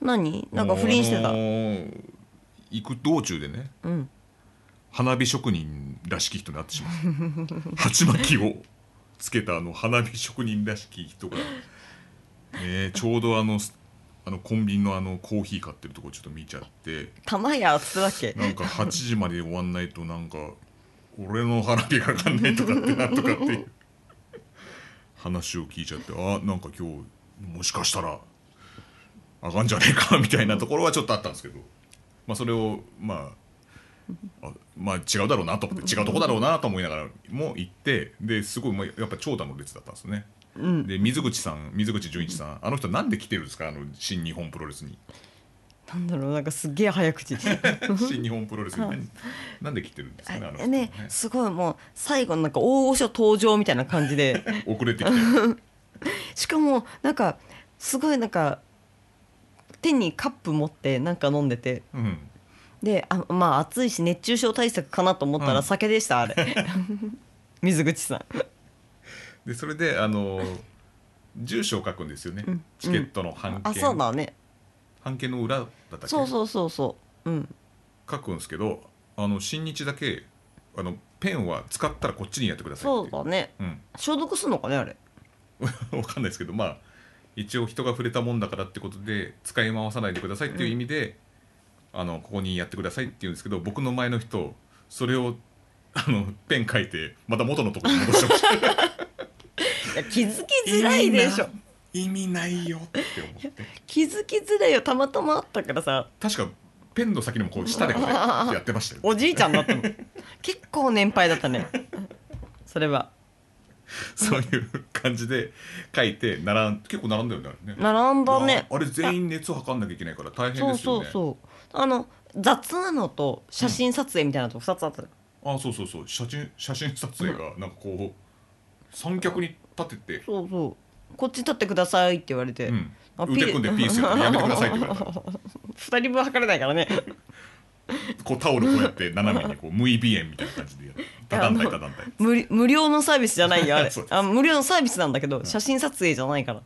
[SPEAKER 1] 何なんか不倫してた、
[SPEAKER 2] あのー行く道中でね
[SPEAKER 1] うん
[SPEAKER 2] 花火職人らしき人になってし まう鉢巻きをつけたあの花火職人らしき人が、ねえちょうどあのすあのコンビニのあのコーヒー買ってるとこちょっと見ちゃって
[SPEAKER 1] 玉やってわけ
[SPEAKER 2] なんか8時まで終わんないとなんか俺の花火が上がんないとかってなんとかっていう話を聞いちゃってあなんか今日もしかしたら上がんじゃねえかみたいなところはちょっとあったんですけど、まあ、それをまああまあ違うだろうなと思って違うとこだろうなと思いながらも行ってですごいまあやっぱ長蛇の列だったんですよね。
[SPEAKER 1] うん
[SPEAKER 2] で水口さん水口純一さんあの人なんで来てるんですかあの新日本プロレスに。
[SPEAKER 1] なんだろうなんかすっげえ早口
[SPEAKER 2] 新日本プロレスに何なんで来てるんですかねあの人
[SPEAKER 1] あねすごいもう最後のなんか大御所登場みたいな感じで
[SPEAKER 2] 遅れて きて
[SPEAKER 1] しかもなんかすごいなんか手にカップ持ってなんか飲んでて
[SPEAKER 2] うん
[SPEAKER 1] であまあ暑いし熱中症対策かなと思った
[SPEAKER 2] う
[SPEAKER 1] ら
[SPEAKER 2] ん
[SPEAKER 1] 酒でした、あれ水口さん
[SPEAKER 2] でそれであの住所を書くんですよね、
[SPEAKER 1] うん
[SPEAKER 2] チケットの半
[SPEAKER 1] あ
[SPEAKER 2] 券、
[SPEAKER 1] そうだね
[SPEAKER 2] 半券の裏だったっけ
[SPEAKER 1] そうそうそうそううん
[SPEAKER 2] 書くんですけどあの新日だけあのペンは使ったらこっちにやってください
[SPEAKER 1] そ
[SPEAKER 2] っ
[SPEAKER 1] う
[SPEAKER 2] て
[SPEAKER 1] だね
[SPEAKER 2] うん、
[SPEAKER 1] 消毒すんのかねあれ
[SPEAKER 2] わかんないですけどまあ一応人が触れたもんだからってことで使い回さないでくださいっていう意味で、あのここにやってくださいって言うんですけど僕の前の人それをあのペン書いてまた元のところに戻してました
[SPEAKER 1] いや気づきづらいでしょ
[SPEAKER 2] 意味ないよって思って
[SPEAKER 1] 気づきづらいよたまたまあったからさ
[SPEAKER 2] 確かペンの先にもこう舌でこうやってやってましたよ
[SPEAKER 1] おじいちゃんだったもん結構年配だったねそれは
[SPEAKER 2] そういう感じで書いて並ん結構並んだよねあれね
[SPEAKER 1] 並んだね
[SPEAKER 2] あれ全員熱を測んなきゃいけないから大変ですよ
[SPEAKER 1] そう
[SPEAKER 2] ね
[SPEAKER 1] そうそうあの雑なのと写真撮影みたいなのと2つあった、
[SPEAKER 2] あそうそうそう写真写真撮影がなんかこう三脚に立てて、
[SPEAKER 1] そうそうこっち立ってくださいって言われて、
[SPEAKER 2] うん、
[SPEAKER 1] あ
[SPEAKER 2] 腕組んでピー スやめてくださいって言われた
[SPEAKER 1] 2人分測れないからね
[SPEAKER 2] こうタオルこうやって斜めにこう無意鼻炎みたいな感じでやる畳んだり畳んだり
[SPEAKER 1] 無理無料のサービスじゃないよあれ
[SPEAKER 2] そうです
[SPEAKER 1] あ無料のサービスなんだけど写真撮影じゃないから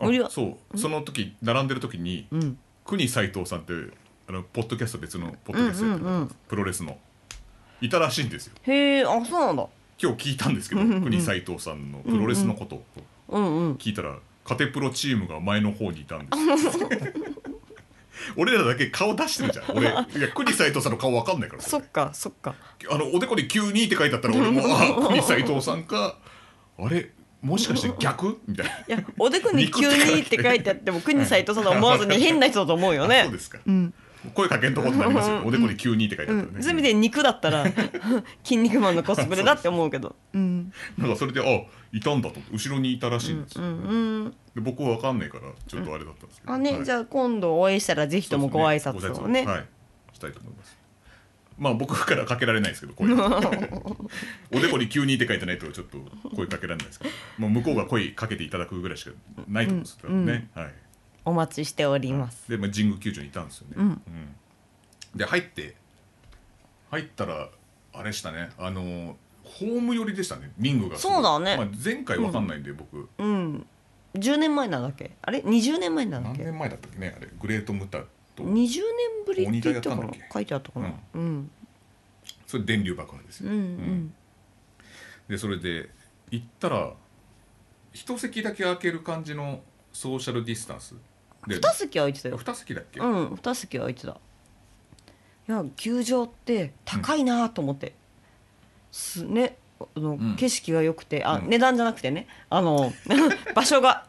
[SPEAKER 2] あ
[SPEAKER 1] 無理は
[SPEAKER 2] そうその時並んでる時に、
[SPEAKER 1] うん
[SPEAKER 2] 国斎藤さんっていうあのポッドキャスト別のポッドキャストやってる、
[SPEAKER 1] うんうんうん
[SPEAKER 2] プロレスのいたらしいんですよ
[SPEAKER 1] へえあそうなんだ
[SPEAKER 2] 今日聞いたんですけど、
[SPEAKER 1] うんうんうん
[SPEAKER 2] 国斎藤さんのプロレスのことを
[SPEAKER 1] うんうん
[SPEAKER 2] 聞いたら、カテプロチームが前の方にいたんです 俺らだけ顔出してるじゃん俺いや国斎藤さんの顔わかんないから
[SPEAKER 1] そっかそっか
[SPEAKER 2] あのおでこに「急に」って書いてあったら 俺も「あ国斎藤さんかあれもしかして逆?」みたい
[SPEAKER 1] いやおでこに「急に」って書いてあっても国斎藤さんと思わずに変な人だと思うよ
[SPEAKER 2] な、
[SPEAKER 1] ね
[SPEAKER 2] そうですか
[SPEAKER 1] うん
[SPEAKER 2] 声かけんとことになりますよおでこに「急に」って書いて
[SPEAKER 1] う
[SPEAKER 2] あった
[SPEAKER 1] ん、
[SPEAKER 2] らね、
[SPEAKER 1] そういう意味で肉だったら 「筋肉マン」のコスプレだって思うけどうん
[SPEAKER 2] なんかそれであいたんだと思って後ろにいたらしいんです
[SPEAKER 1] う
[SPEAKER 2] よ、
[SPEAKER 1] んうん
[SPEAKER 2] で僕は分かんないからちょっとあれだったんですけど、
[SPEAKER 1] あね、
[SPEAKER 2] はい
[SPEAKER 1] じゃあ今度お会いしたらぜひともご挨
[SPEAKER 2] そうです
[SPEAKER 1] 拶をね
[SPEAKER 2] はいしたいと思いますまあ僕からかけられないですけど声 おでこに急にって書いてないとちょっと声かけられないですけど、まあ、向こうが声かけていただくぐらいしかないと思うんですけどね、はい
[SPEAKER 1] お待ちしております
[SPEAKER 2] で、まあ、神宮球場にいたんですよね、
[SPEAKER 1] うん
[SPEAKER 2] うんで入って入ったらあれしたねあのホーム寄りでしたねリングがすごい
[SPEAKER 1] そうだね
[SPEAKER 2] まあ、前回わかんないんで、僕
[SPEAKER 1] うん10年前なんだっけあれ20年前なんだっ
[SPEAKER 2] 何
[SPEAKER 1] け
[SPEAKER 2] 年前だったっけねあれグレートムタと
[SPEAKER 1] 20年ぶりって言ったか
[SPEAKER 2] 鬼大やったん
[SPEAKER 1] な
[SPEAKER 2] だっけ
[SPEAKER 1] 書いてあったかなうん
[SPEAKER 2] それ電流爆破です
[SPEAKER 1] う
[SPEAKER 2] よ、
[SPEAKER 1] んうん
[SPEAKER 2] でそれで行ったら一席だけ空ける感じのソーシャルディスタンスで
[SPEAKER 1] 2席空いてたよ
[SPEAKER 2] 二席だっけ、
[SPEAKER 1] うん2席空いてたいや球場って高いなと思って、すねあの、
[SPEAKER 2] ん
[SPEAKER 1] 景色が良くてあ、
[SPEAKER 2] うん
[SPEAKER 1] 値段じゃなくてねあの 場所が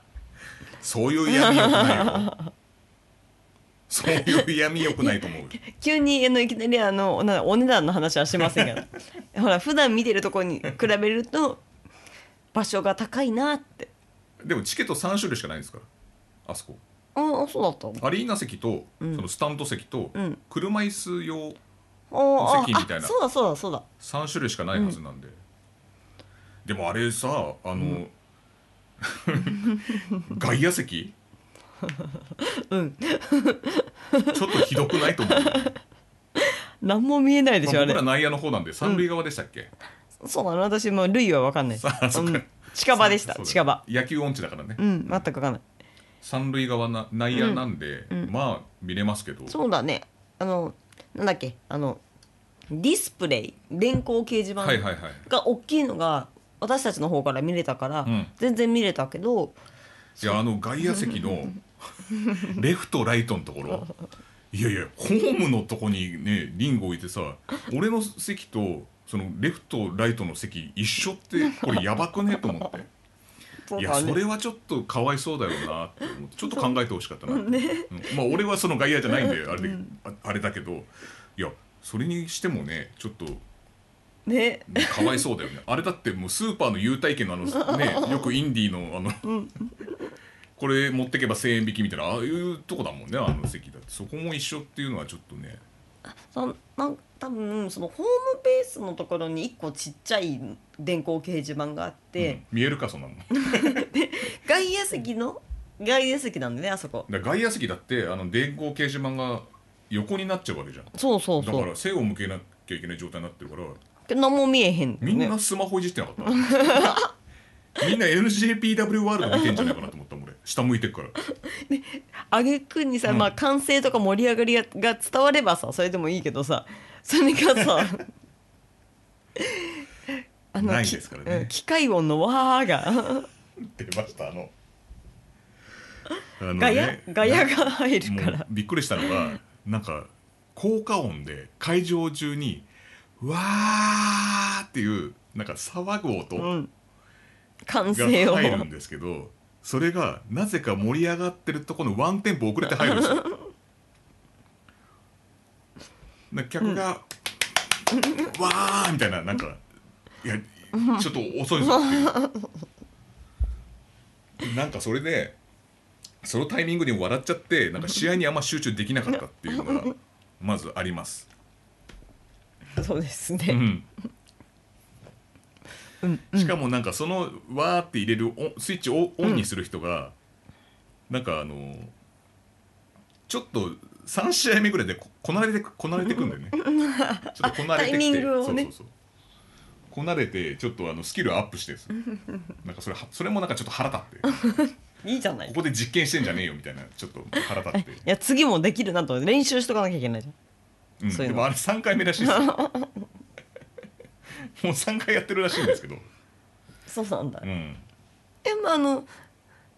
[SPEAKER 2] そういう闇よくないよ そういう闇よくないと思うよ
[SPEAKER 1] 急にあのいきなりあのなお値段の話はしませんけど ほら普段見てるとこに比べると場所が高いなって
[SPEAKER 2] でもチケット3種類しかないんですからあそこ
[SPEAKER 1] ああそうだったの
[SPEAKER 2] アリーナ席と、
[SPEAKER 1] うん
[SPEAKER 2] そのスタンド席と、
[SPEAKER 1] うん
[SPEAKER 2] 車椅子用
[SPEAKER 1] ああ
[SPEAKER 2] 席みたいな
[SPEAKER 1] あそうだそうだそうだ
[SPEAKER 2] 3種類しかないはずなんで、でもあれさあの、外野席
[SPEAKER 1] うん
[SPEAKER 2] ちょっとひどくないと思う
[SPEAKER 1] 何も見えないでし
[SPEAKER 2] ま
[SPEAKER 1] ょ
[SPEAKER 2] あ
[SPEAKER 1] あ
[SPEAKER 2] 僕
[SPEAKER 1] れ
[SPEAKER 2] ら内野の方なんで三塁側でしたっけ、
[SPEAKER 1] そうなの私もう類は分かんない
[SPEAKER 2] さ あそっか
[SPEAKER 1] うん近場でした
[SPEAKER 2] そうだ
[SPEAKER 1] 近場
[SPEAKER 2] 野球音痴だからね、
[SPEAKER 1] うん全く分かんない
[SPEAKER 2] 三塁側な内野なんで、
[SPEAKER 1] うんうん
[SPEAKER 2] まあ見れますけど
[SPEAKER 1] そうだねあのなんだっけあのディスプレイ電光掲示板
[SPEAKER 2] はいはいはい
[SPEAKER 1] が大きいのが私たちの方から見れたから、
[SPEAKER 2] うん
[SPEAKER 1] 全然見れたけど
[SPEAKER 2] いやあの外野席 のレフトライトのところいやいやホームのとこにねリンゴ置いてさ俺の席とそのレフトライトの席一緒ってこれやばくねと思 って。いや
[SPEAKER 1] そうだね
[SPEAKER 2] それはちょっとかわいそうだよなって思ってちょっと考えてほしかったなって、うんまあ俺はその外野じゃないんであれでああれだけどいやそれにしてもねちょっと
[SPEAKER 1] ね
[SPEAKER 2] ねかわいそうだよねあれだってもうスーパーの優待券のあのね よくインディーのあのこれ持ってけば1,000円引きみたいなああいうとこだもんねあの席だってそこも一緒っていうのはちょっとね
[SPEAKER 1] そなん多分そのホームペースのところに1個ちっちゃい電光掲示板があって、
[SPEAKER 2] うん見えるかそんなのだか
[SPEAKER 1] 外野席の外野席なんでねあそこ
[SPEAKER 2] ら外野席だってあの電光掲示板が横になっちゃうわけじゃん
[SPEAKER 1] そうそう
[SPEAKER 2] だ
[SPEAKER 1] そ
[SPEAKER 2] から
[SPEAKER 1] う
[SPEAKER 2] 背を向けなきゃいけない状態になってるから
[SPEAKER 1] けど何も見えへん、ね、
[SPEAKER 2] みんなスマホいじってなかった、 みんな LJPW ワールド見てんじゃないかなと思ったもん俺下向いてるから
[SPEAKER 1] あげくにさ、
[SPEAKER 2] うん
[SPEAKER 1] まあ歓声とか盛り上がりがが伝わればさそれでもいいけどさそれが さあ
[SPEAKER 2] ない
[SPEAKER 1] き
[SPEAKER 2] ですからね
[SPEAKER 1] うん機械音の「わーが
[SPEAKER 2] 出ましたあのあの
[SPEAKER 1] ガヤ
[SPEAKER 2] ね
[SPEAKER 1] ガヤが入るか
[SPEAKER 2] もう
[SPEAKER 1] ら
[SPEAKER 2] びっくりしたのが なんか効果音で会場中に「わー」っていうなんか騒ぐ音
[SPEAKER 1] う
[SPEAKER 2] が
[SPEAKER 1] ん歓声を
[SPEAKER 2] 入るんですけどそれがなぜか盛り上がってるとこのワンテンポ遅れて入るんですよ。なんか客が「わー」みたいななんかいやちょっと遅いぞっていうなんかそれでそのタイミングで笑っちゃってなんか試合にあんま集中できなかったっていうのがまずあります。
[SPEAKER 1] そうです
[SPEAKER 2] う
[SPEAKER 1] ね、
[SPEAKER 2] ん
[SPEAKER 1] うんうん
[SPEAKER 2] しかもなんかその「わ」って入れるオンスイッチをオンにする人が、なんかあのちょっと3試合目ぐらいでここなれてくこなれてくんだよねちょっとこなれて
[SPEAKER 1] タイミ
[SPEAKER 2] きて
[SPEAKER 1] ングをね
[SPEAKER 2] そうそうそうこなれてちょっとあのスキルアップしてるんですよなんかそれはそれもなんかちょっと腹立って
[SPEAKER 1] いいじゃない
[SPEAKER 2] ここで実験してんじゃねえよみたいなちょっと腹立って
[SPEAKER 1] いや次もできるなと練習しとかなきゃいけないじ
[SPEAKER 2] うん、
[SPEAKER 1] そうい
[SPEAKER 2] で
[SPEAKER 1] うの
[SPEAKER 2] もあれ3回目らしいですよも う3回やってるらしいんですけど、
[SPEAKER 1] ゃんそうなんだ、
[SPEAKER 2] うん、
[SPEAKER 1] でもあの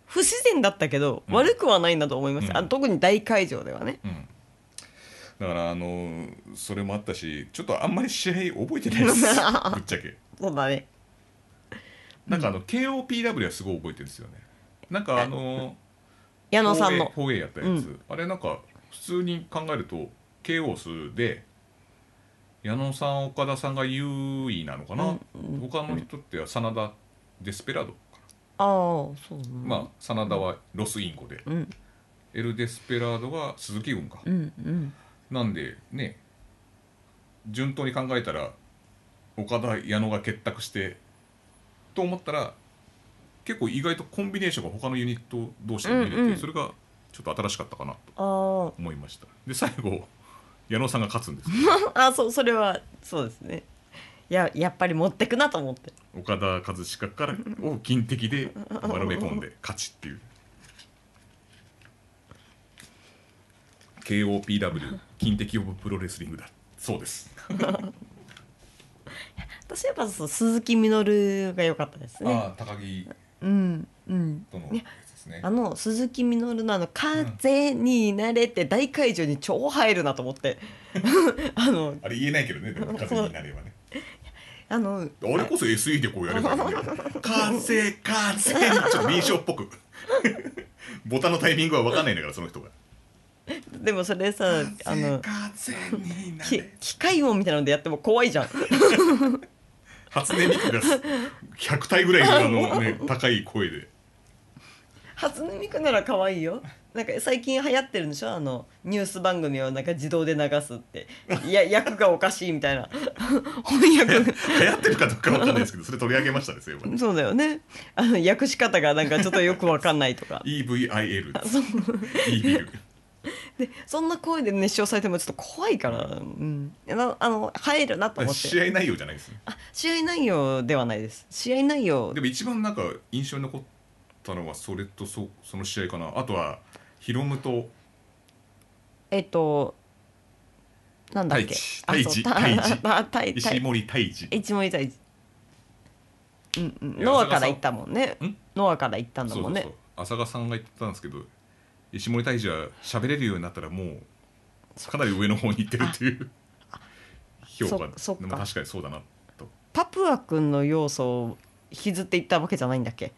[SPEAKER 1] 不自然だったけど、
[SPEAKER 2] うん
[SPEAKER 1] 悪くはないなと思いました、
[SPEAKER 2] うん
[SPEAKER 1] あの特に大会場ではね
[SPEAKER 2] うんだからあのーそれもあったしちょっとあんまり試合覚えてないです ぶっちゃけ
[SPEAKER 1] そうだね
[SPEAKER 2] なんかあの KOPW はすごい覚えてるんですよねなんかあの
[SPEAKER 1] 矢野さんの
[SPEAKER 2] 4A やったやつ、あれなんか普通に考えると KOS で矢野さん岡田さんが優位なのかな、
[SPEAKER 1] うん
[SPEAKER 2] 他の人って真田デスペラードか
[SPEAKER 1] ああそうだね
[SPEAKER 2] な、まあ真田はロスインゴで、
[SPEAKER 1] うん
[SPEAKER 2] エル・デスペラードが鈴木軍か、
[SPEAKER 1] うんうん
[SPEAKER 2] なんでね順当に考えたら岡田矢野が結託してと思ったら結構意外とコンビネーションが他のユニット同士で見れて、
[SPEAKER 1] うんうん
[SPEAKER 2] それがちょっと新しかったかなと
[SPEAKER 1] あ
[SPEAKER 2] 思いましたで最後矢野さんが勝つんで す
[SPEAKER 1] ーあそうそれはそうですねいややっぱり持ってくなと思って
[SPEAKER 2] 岡田和親からを金敵で丸め込んで勝ちっていう KOPW 金敵オブプロレスリングだそうです
[SPEAKER 1] 私やっぱそう鈴木みのるが良かったですね
[SPEAKER 2] あ高木
[SPEAKER 1] うんうん
[SPEAKER 2] とのつですね
[SPEAKER 1] あの鈴木みのるのあの「風に慣れて大会場に超入るな」と思って あの
[SPEAKER 2] あれ言えないけどね、でも風になればね。
[SPEAKER 1] あの
[SPEAKER 2] あれこそ SE でこうやればいいんだよ。 完成完成ちょっと民謡っぽく。ボタンのタイミングは分かんないんだからその人が。
[SPEAKER 1] でもそれさあの
[SPEAKER 2] 完成にな
[SPEAKER 1] き機械音みたいなのでやっても怖いじゃん
[SPEAKER 2] 初音ミクが100体ぐらいいるあのね高い声で。
[SPEAKER 1] 初音ミクなら可愛いよなんか最近流行ってるんでしょあのニュース番組をなんか自動で流すっていや 役がおかしいみたいな 翻訳 が
[SPEAKER 2] 流行ってるかどうか分かんないですけど、それ取り上げましたね、そういえばね。
[SPEAKER 1] そうだよねあの訳し方がなんかちょっとよくわかんないとか
[SPEAKER 2] EVIL。
[SPEAKER 1] そう
[SPEAKER 2] EVIL。
[SPEAKER 1] でそんな声で熱唱されてもちょっと怖いから、うん、なあの入るなと思って
[SPEAKER 2] 試合内容じゃないですね。
[SPEAKER 1] あ試合内容ではないです試合内容
[SPEAKER 2] でも一番なんか印象に残ったのはそれとそその試合かな。あとは、ヒロムと
[SPEAKER 1] えっとなんだっけ
[SPEAKER 2] 太 一
[SPEAKER 1] あそう
[SPEAKER 2] 太一
[SPEAKER 1] たたいた
[SPEAKER 2] 石
[SPEAKER 1] い
[SPEAKER 2] 森太一
[SPEAKER 1] 一森大一うんうん
[SPEAKER 2] いや
[SPEAKER 1] ノアから行ったもんね
[SPEAKER 2] ん
[SPEAKER 1] ノアから行ったんだ
[SPEAKER 2] そう
[SPEAKER 1] も
[SPEAKER 2] そ
[SPEAKER 1] ん
[SPEAKER 2] う
[SPEAKER 1] ね
[SPEAKER 2] そう浅賀さんが言ってたんですけど石森大治は喋れるようになったらもうかなり上の方に行ってるという評価
[SPEAKER 1] そそっか
[SPEAKER 2] でも確かにそうだなと
[SPEAKER 1] パプア君の要素を引きずっていったわけじゃないんだっけ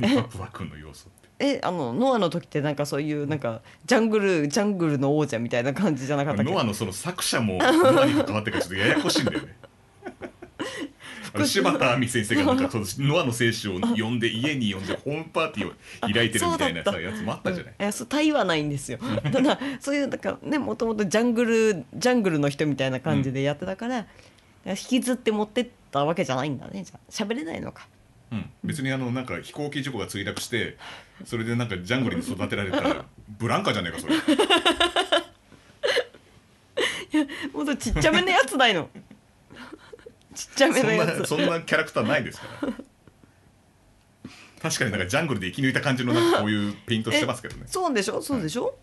[SPEAKER 2] 何パプワ君の要素って
[SPEAKER 1] えあのノアの時ってなんかそういうなんかジャングルジャングルの王者みたいな感 じじゃなかったっけ
[SPEAKER 2] ノアのその作者もノアに関わってるからちょっとややこしいんだよ ねあの柴田亜美先生がなんか そのノアの選手を呼んで家に呼んでホームパーティーを開いてるみたいな
[SPEAKER 1] あそ
[SPEAKER 2] さ
[SPEAKER 1] う
[SPEAKER 2] やつもあったじゃない、
[SPEAKER 1] うんいやそう対はないんですよ ただそういうなんかねもともとジャングルジャングルの人みたいな感じでやってたから、引きずって持ってったわけじゃないんだねじゃあ喋れないのか
[SPEAKER 2] うん、別にあのなんか飛行機事故が墜落してそれでなんかジャングルに育てられたらブランカじゃねえかそれ
[SPEAKER 1] もっとちっちゃめのやつない のちっ ちゃめ
[SPEAKER 2] そ
[SPEAKER 1] の
[SPEAKER 2] ん
[SPEAKER 1] や
[SPEAKER 2] な
[SPEAKER 1] つ
[SPEAKER 2] そんなキャラクターないですから確かになんかジャングルで生き抜いた感じのなんかこういうペイントしてますけどね
[SPEAKER 1] そうでしょそうでしょ、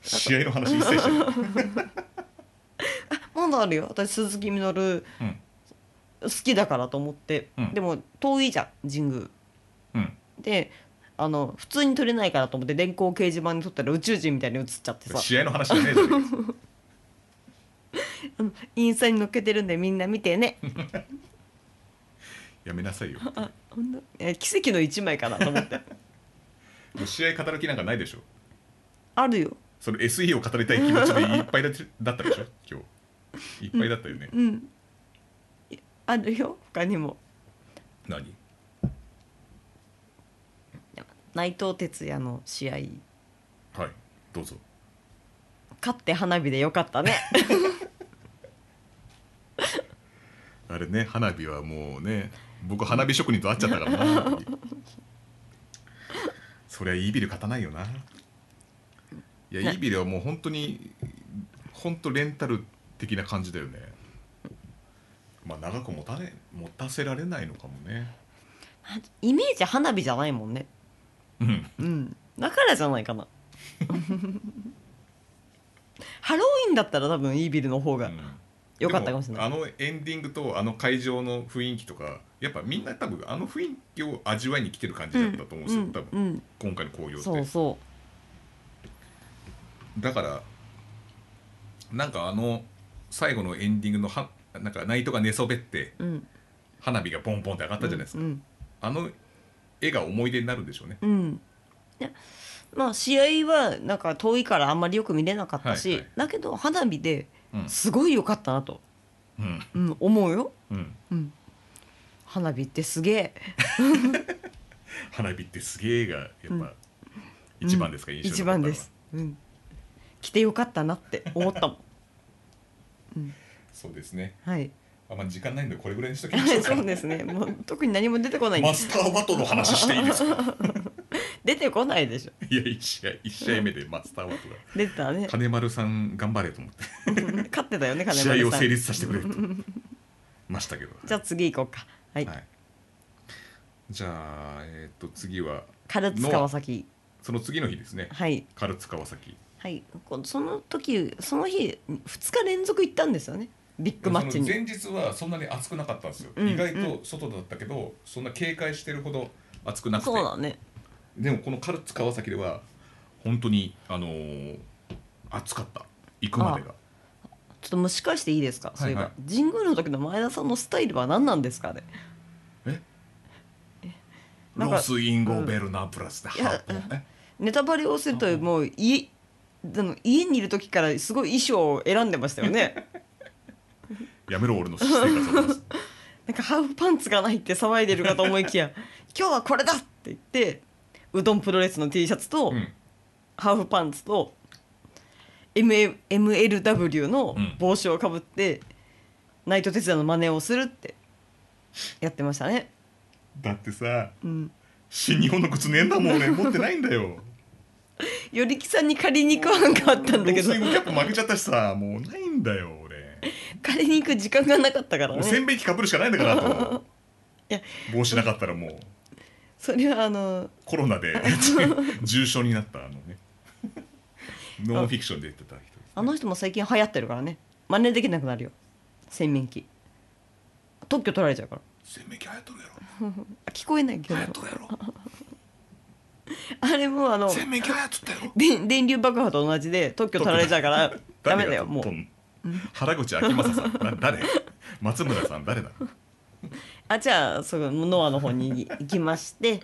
[SPEAKER 2] 試合の話一切してない、
[SPEAKER 1] まだあるよ私鈴木みのる
[SPEAKER 2] うん
[SPEAKER 1] 好きだからと思って、
[SPEAKER 2] うん
[SPEAKER 1] でも遠いじゃん神宮
[SPEAKER 2] うん、
[SPEAKER 1] であの普通に撮れないからと思って電光掲示板に撮ったら宇宙人みたいに映っちゃってさ
[SPEAKER 2] 試合の話じゃねえじゃねえか
[SPEAKER 1] あのインスタに載っけてるんでみんな見てね
[SPEAKER 2] やめなさいよ
[SPEAKER 1] あほんとえ奇跡の一枚かなと思 って
[SPEAKER 2] もう試合語る気なんかないでしょ
[SPEAKER 1] あるよ
[SPEAKER 2] その SE を語りたい気持ちでいっぱいだってだったでしょ今日いっぱいだったよね、
[SPEAKER 1] うんいあるよ他にも
[SPEAKER 2] 何
[SPEAKER 1] 内藤哲也の試合
[SPEAKER 2] はいどうぞ
[SPEAKER 1] 勝って花火でよかった ね
[SPEAKER 2] あれね花火はもうね僕花火職人と会っちゃったからなそりゃイービル勝たないよないや
[SPEAKER 1] ね
[SPEAKER 2] イービルはもう本当に本当レンタル的な感じだよねまあ長く持たれ持たせられないのかもね
[SPEAKER 1] イメージ花火じゃないもんね
[SPEAKER 2] うん
[SPEAKER 1] うんだからじゃないかなハロウィンだったら多分イービルの方が良かったかもしれない、
[SPEAKER 2] であのエンディングとあの会場の雰囲気とかやっぱみんな多分あの雰囲気を味わいに来てる感じだったと思うんですよ、多
[SPEAKER 1] う
[SPEAKER 2] 分
[SPEAKER 1] んうん
[SPEAKER 2] 今回の興行って
[SPEAKER 1] そうそ
[SPEAKER 2] だからなんかあの最後のエンディングのはなんかナイトが寝そべって
[SPEAKER 1] ううん
[SPEAKER 2] 花火がポンポンって上がったじゃないですか、
[SPEAKER 1] うん
[SPEAKER 2] あの絵が思い出になるんでしょうね、
[SPEAKER 1] うんいやまあ試合はなんか遠いからあんまりよく見れなかったし、
[SPEAKER 2] はいはい
[SPEAKER 1] だけど花火で
[SPEAKER 2] うん
[SPEAKER 1] すごい良かったなと、
[SPEAKER 2] うん
[SPEAKER 1] うん、思うよ、
[SPEAKER 2] うん、
[SPEAKER 1] うん、花火ってすげえ
[SPEAKER 2] 花火ってすげえがやっぱ一番ですか、印象
[SPEAKER 1] 一
[SPEAKER 2] に残った
[SPEAKER 1] 番
[SPEAKER 2] のは
[SPEAKER 1] です、うん、来てよかったなって思ったもん
[SPEAKER 2] そうですね
[SPEAKER 1] はい
[SPEAKER 2] あんま時間ないんでこれぐらいにしときましょう か
[SPEAKER 1] そうですねもう特に何も出てこないんで
[SPEAKER 2] マスターバトルの話してい いですか
[SPEAKER 1] 出てこないでしょ
[SPEAKER 2] いや一試合一試合目でマスターバトルは
[SPEAKER 1] 出てたね
[SPEAKER 2] 金丸さん頑張れと思って
[SPEAKER 1] 勝ってたよね金
[SPEAKER 2] 試合
[SPEAKER 1] 丸
[SPEAKER 2] を
[SPEAKER 1] さん
[SPEAKER 2] 成立させてくれとましたけど
[SPEAKER 1] じゃあ次行こうかはい、
[SPEAKER 2] はい、じゃあ、えー、と次は
[SPEAKER 1] 唐津川崎
[SPEAKER 2] その次の日ですね
[SPEAKER 1] はい
[SPEAKER 2] 唐津川崎
[SPEAKER 1] はい、こその時その日2日連続行ったんですよねビッグマッチ
[SPEAKER 2] その前
[SPEAKER 1] に
[SPEAKER 2] 日はそんなに暑くなかったんですよ、
[SPEAKER 1] うん
[SPEAKER 2] 意外と外だったけどそんな警戒してるほど暑くなくて
[SPEAKER 1] そうだね
[SPEAKER 2] でもこの唐津川崎では本当にあのー暑かった行くまでが
[SPEAKER 1] ちょっと蒸し返していいですか、
[SPEAKER 2] い
[SPEAKER 1] そういえば
[SPEAKER 2] はい
[SPEAKER 1] 神宮の時の前田さんのスタイルは何なんですかねなん
[SPEAKER 2] ロ
[SPEAKER 1] か
[SPEAKER 2] ースインゴベルナープラスで
[SPEAKER 1] いや
[SPEAKER 2] ハーポンね
[SPEAKER 1] ネタバレをすると
[SPEAKER 2] あ
[SPEAKER 1] もう家あの家にいる時からすごい衣装を選んでましたよね
[SPEAKER 2] やめろ俺の私生活
[SPEAKER 1] な
[SPEAKER 2] を
[SPEAKER 1] んかハーフパンツがないって騒いでるかと思いき や「今日はこれだ!」って言ってうどんプロレスの T シャツと、
[SPEAKER 2] うん
[SPEAKER 1] ハーフパンツと MA MLW の帽子をかぶって、ナイト哲也の真似をするってやってましたね。
[SPEAKER 2] だってさ
[SPEAKER 1] うん、
[SPEAKER 2] 新日本の靴ねえんだもん俺持ってないんだよ
[SPEAKER 1] よりきさんに借りに行く案があったん だけど
[SPEAKER 2] ロースインゴキャップ負けちゃったしさもうないんだよ俺
[SPEAKER 1] 借りに行く時間がなかったから
[SPEAKER 2] もうせ
[SPEAKER 1] ね
[SPEAKER 2] んべい機かぶるしかないんだからあ と
[SPEAKER 1] いや
[SPEAKER 2] 帽子なかったらもう
[SPEAKER 1] それはあの
[SPEAKER 2] コ ロナで重症になったあのねノンフィクションで言ってた人です
[SPEAKER 1] あの人も最近流行ってるからね真似できなくなるよ洗面器特許取られちゃうから
[SPEAKER 2] 洗面器流行っとるやろ
[SPEAKER 1] あ聞こえないけど
[SPEAKER 2] 流行っとるやろ
[SPEAKER 1] あれもあの
[SPEAKER 2] 洗面器流行っとったやろ
[SPEAKER 1] で電流爆破と同じで特許取られち ゃうからダメだよもう
[SPEAKER 2] 誰がとん原口あきまささんな誰松村さん誰だ
[SPEAKER 1] あじゃあそのノアの方に行きまして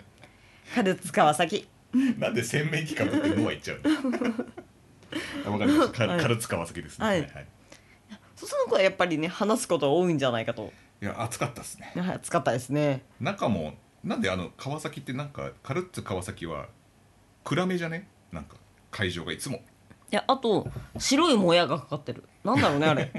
[SPEAKER 1] カルツ川崎
[SPEAKER 2] なんで洗面器かぶってノア行っちゃう のわかりましたか
[SPEAKER 1] はい
[SPEAKER 2] 唐津川崎ですね、
[SPEAKER 1] はい
[SPEAKER 2] い、
[SPEAKER 1] その子はやっぱりね話すことが多いんじゃないかと
[SPEAKER 2] いや暑かったですね
[SPEAKER 1] はい使ったですね
[SPEAKER 2] 中もなんであの川崎ってなんかカルッツ川崎は暗めじゃねなんか会場がいつも
[SPEAKER 1] いやあと白いもやがかかってるなんだろうねあれ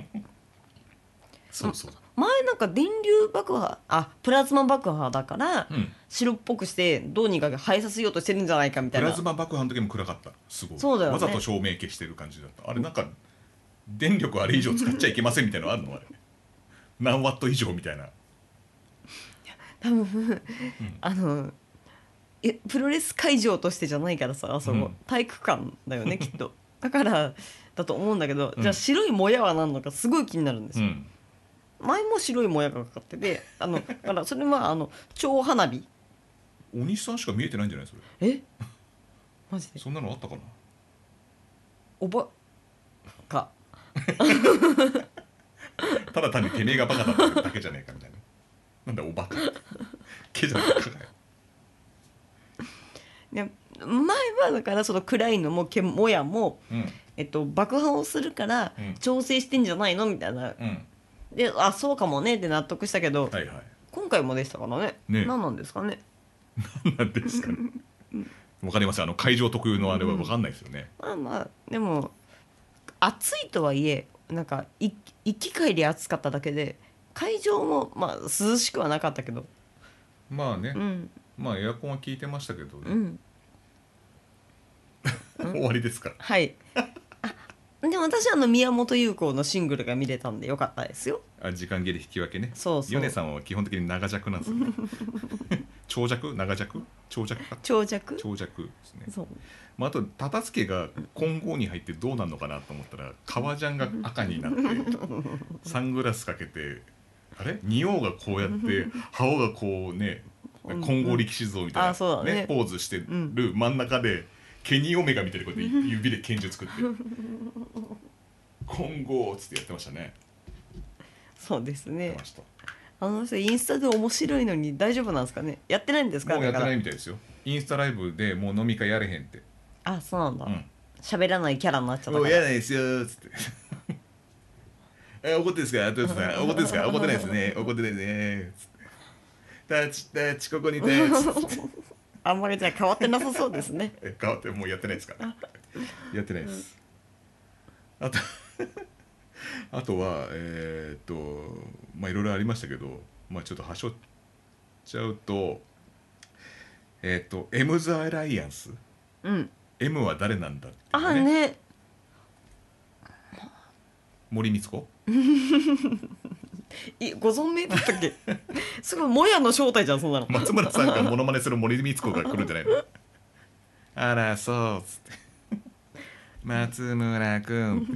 [SPEAKER 2] そうそう
[SPEAKER 1] 前なんか電流爆破あプラズマ爆破だから
[SPEAKER 2] うん
[SPEAKER 1] 白っぽくしてどうにか排させようとしてるんじゃないかみた
[SPEAKER 2] プ
[SPEAKER 1] いな
[SPEAKER 2] ラズマ爆破の時も暗かったすごい
[SPEAKER 1] そうだよね
[SPEAKER 2] わざと照明消してる感じだったあれなんか電力あれ以上使っちゃいけませんみたいなのあるのあれ何ワット以上みたいな
[SPEAKER 1] 多分、あのえプロレス会場としてじゃないからさあそこ、
[SPEAKER 2] うん
[SPEAKER 1] 体育館だ よねきっとだからだと思うんだけど、
[SPEAKER 2] うん
[SPEAKER 1] じゃあ白いもやは何なのかすごい気になるんです
[SPEAKER 2] う
[SPEAKER 1] よ、
[SPEAKER 2] ん
[SPEAKER 1] 前も白いもやがかかっててあのだからそれはあの超花火
[SPEAKER 2] 大西さんしか見えてないんじゃないそれ
[SPEAKER 1] えマジで
[SPEAKER 2] そんなのあったかな
[SPEAKER 1] おばか
[SPEAKER 2] ただ単にてめえがバカだっただけじゃねえかみたいななんだおバカけじゃなくてバカかよ
[SPEAKER 1] ね前はだからその暗いのもけもやも、
[SPEAKER 2] うん
[SPEAKER 1] えっと、爆破をするから
[SPEAKER 2] うん
[SPEAKER 1] 調整してんじゃないのみたいな
[SPEAKER 2] うん
[SPEAKER 1] であそうかもねって納得したけど、
[SPEAKER 2] はいはい
[SPEAKER 1] 今回もでしたからね
[SPEAKER 2] ね
[SPEAKER 1] 何なんですかね
[SPEAKER 2] なんですかね。わかります。あの会場特有のあれはわかんないですよね。
[SPEAKER 1] まあまあでも暑いとはいえなんかい行き帰り暑かっただけで会場もまあ涼しくはなかったけど
[SPEAKER 2] まあね
[SPEAKER 1] う、ん
[SPEAKER 2] まあエアコンは効いてましたけど、
[SPEAKER 1] う
[SPEAKER 2] ね、
[SPEAKER 1] ん
[SPEAKER 2] 終わりですから。
[SPEAKER 1] はいあでも私あの宮本優子のシングルが見れたんでよかったですよ
[SPEAKER 2] あ時間切れ引き分けね。
[SPEAKER 1] そうそう
[SPEAKER 2] ヨネさんは基本的に長尺なんですよね。 長尺、長尺、長尺か。
[SPEAKER 1] 長尺
[SPEAKER 2] 長尺ですね。
[SPEAKER 1] そう
[SPEAKER 2] まああと忠助が混合に入ってどうなんのかなと思ったら、革ジャンが赤に なって、サングラスかけて、あれ、仁王がこう やって、覇王がこうね。混合力士像みたいな、
[SPEAKER 1] あそうだね
[SPEAKER 2] ポーズしてる真ん中で、ケニーオメガみたいなことで指で拳銃 作って「混合」っつってやってましたね
[SPEAKER 1] そうです
[SPEAKER 2] やっ
[SPEAKER 1] ね
[SPEAKER 2] てました
[SPEAKER 1] あの人インスタで面白いのに大丈夫なんですかねやってないんですか
[SPEAKER 2] もうやってな
[SPEAKER 1] だ
[SPEAKER 2] い
[SPEAKER 1] か
[SPEAKER 2] みたいですよインスタライブでもう飲み会やれへんって
[SPEAKER 1] らあそうなんだ
[SPEAKER 2] うん
[SPEAKER 1] 喋、らないキャラになっちゃ
[SPEAKER 2] 「
[SPEAKER 1] った
[SPEAKER 2] も
[SPEAKER 1] か
[SPEAKER 2] う
[SPEAKER 1] ら
[SPEAKER 2] やないですよ」っつって「え怒ってんすかトヨタさ ん怒ってんすか怒ってないですね怒ってないね」つって「タッチタッチここにいて」つって
[SPEAKER 1] あんまりじゃあ変わってなさそうですね
[SPEAKER 2] え変わってもうやってないですからやってないです、あと あとはえーっとまあいろいろありましたけどまあちょっとはしょっちゃうとえーっと「エムズ・アライアンス」
[SPEAKER 1] うん
[SPEAKER 2] 「M は誰なんだ」ってい
[SPEAKER 1] ああ
[SPEAKER 2] うね
[SPEAKER 1] ね
[SPEAKER 2] 森光子
[SPEAKER 1] いご存命だったっけ すごいもやの正体じゃんそんなの
[SPEAKER 2] 松村さんがモノマネする森光子が来るんじゃな いのあらそうっつって松村くんって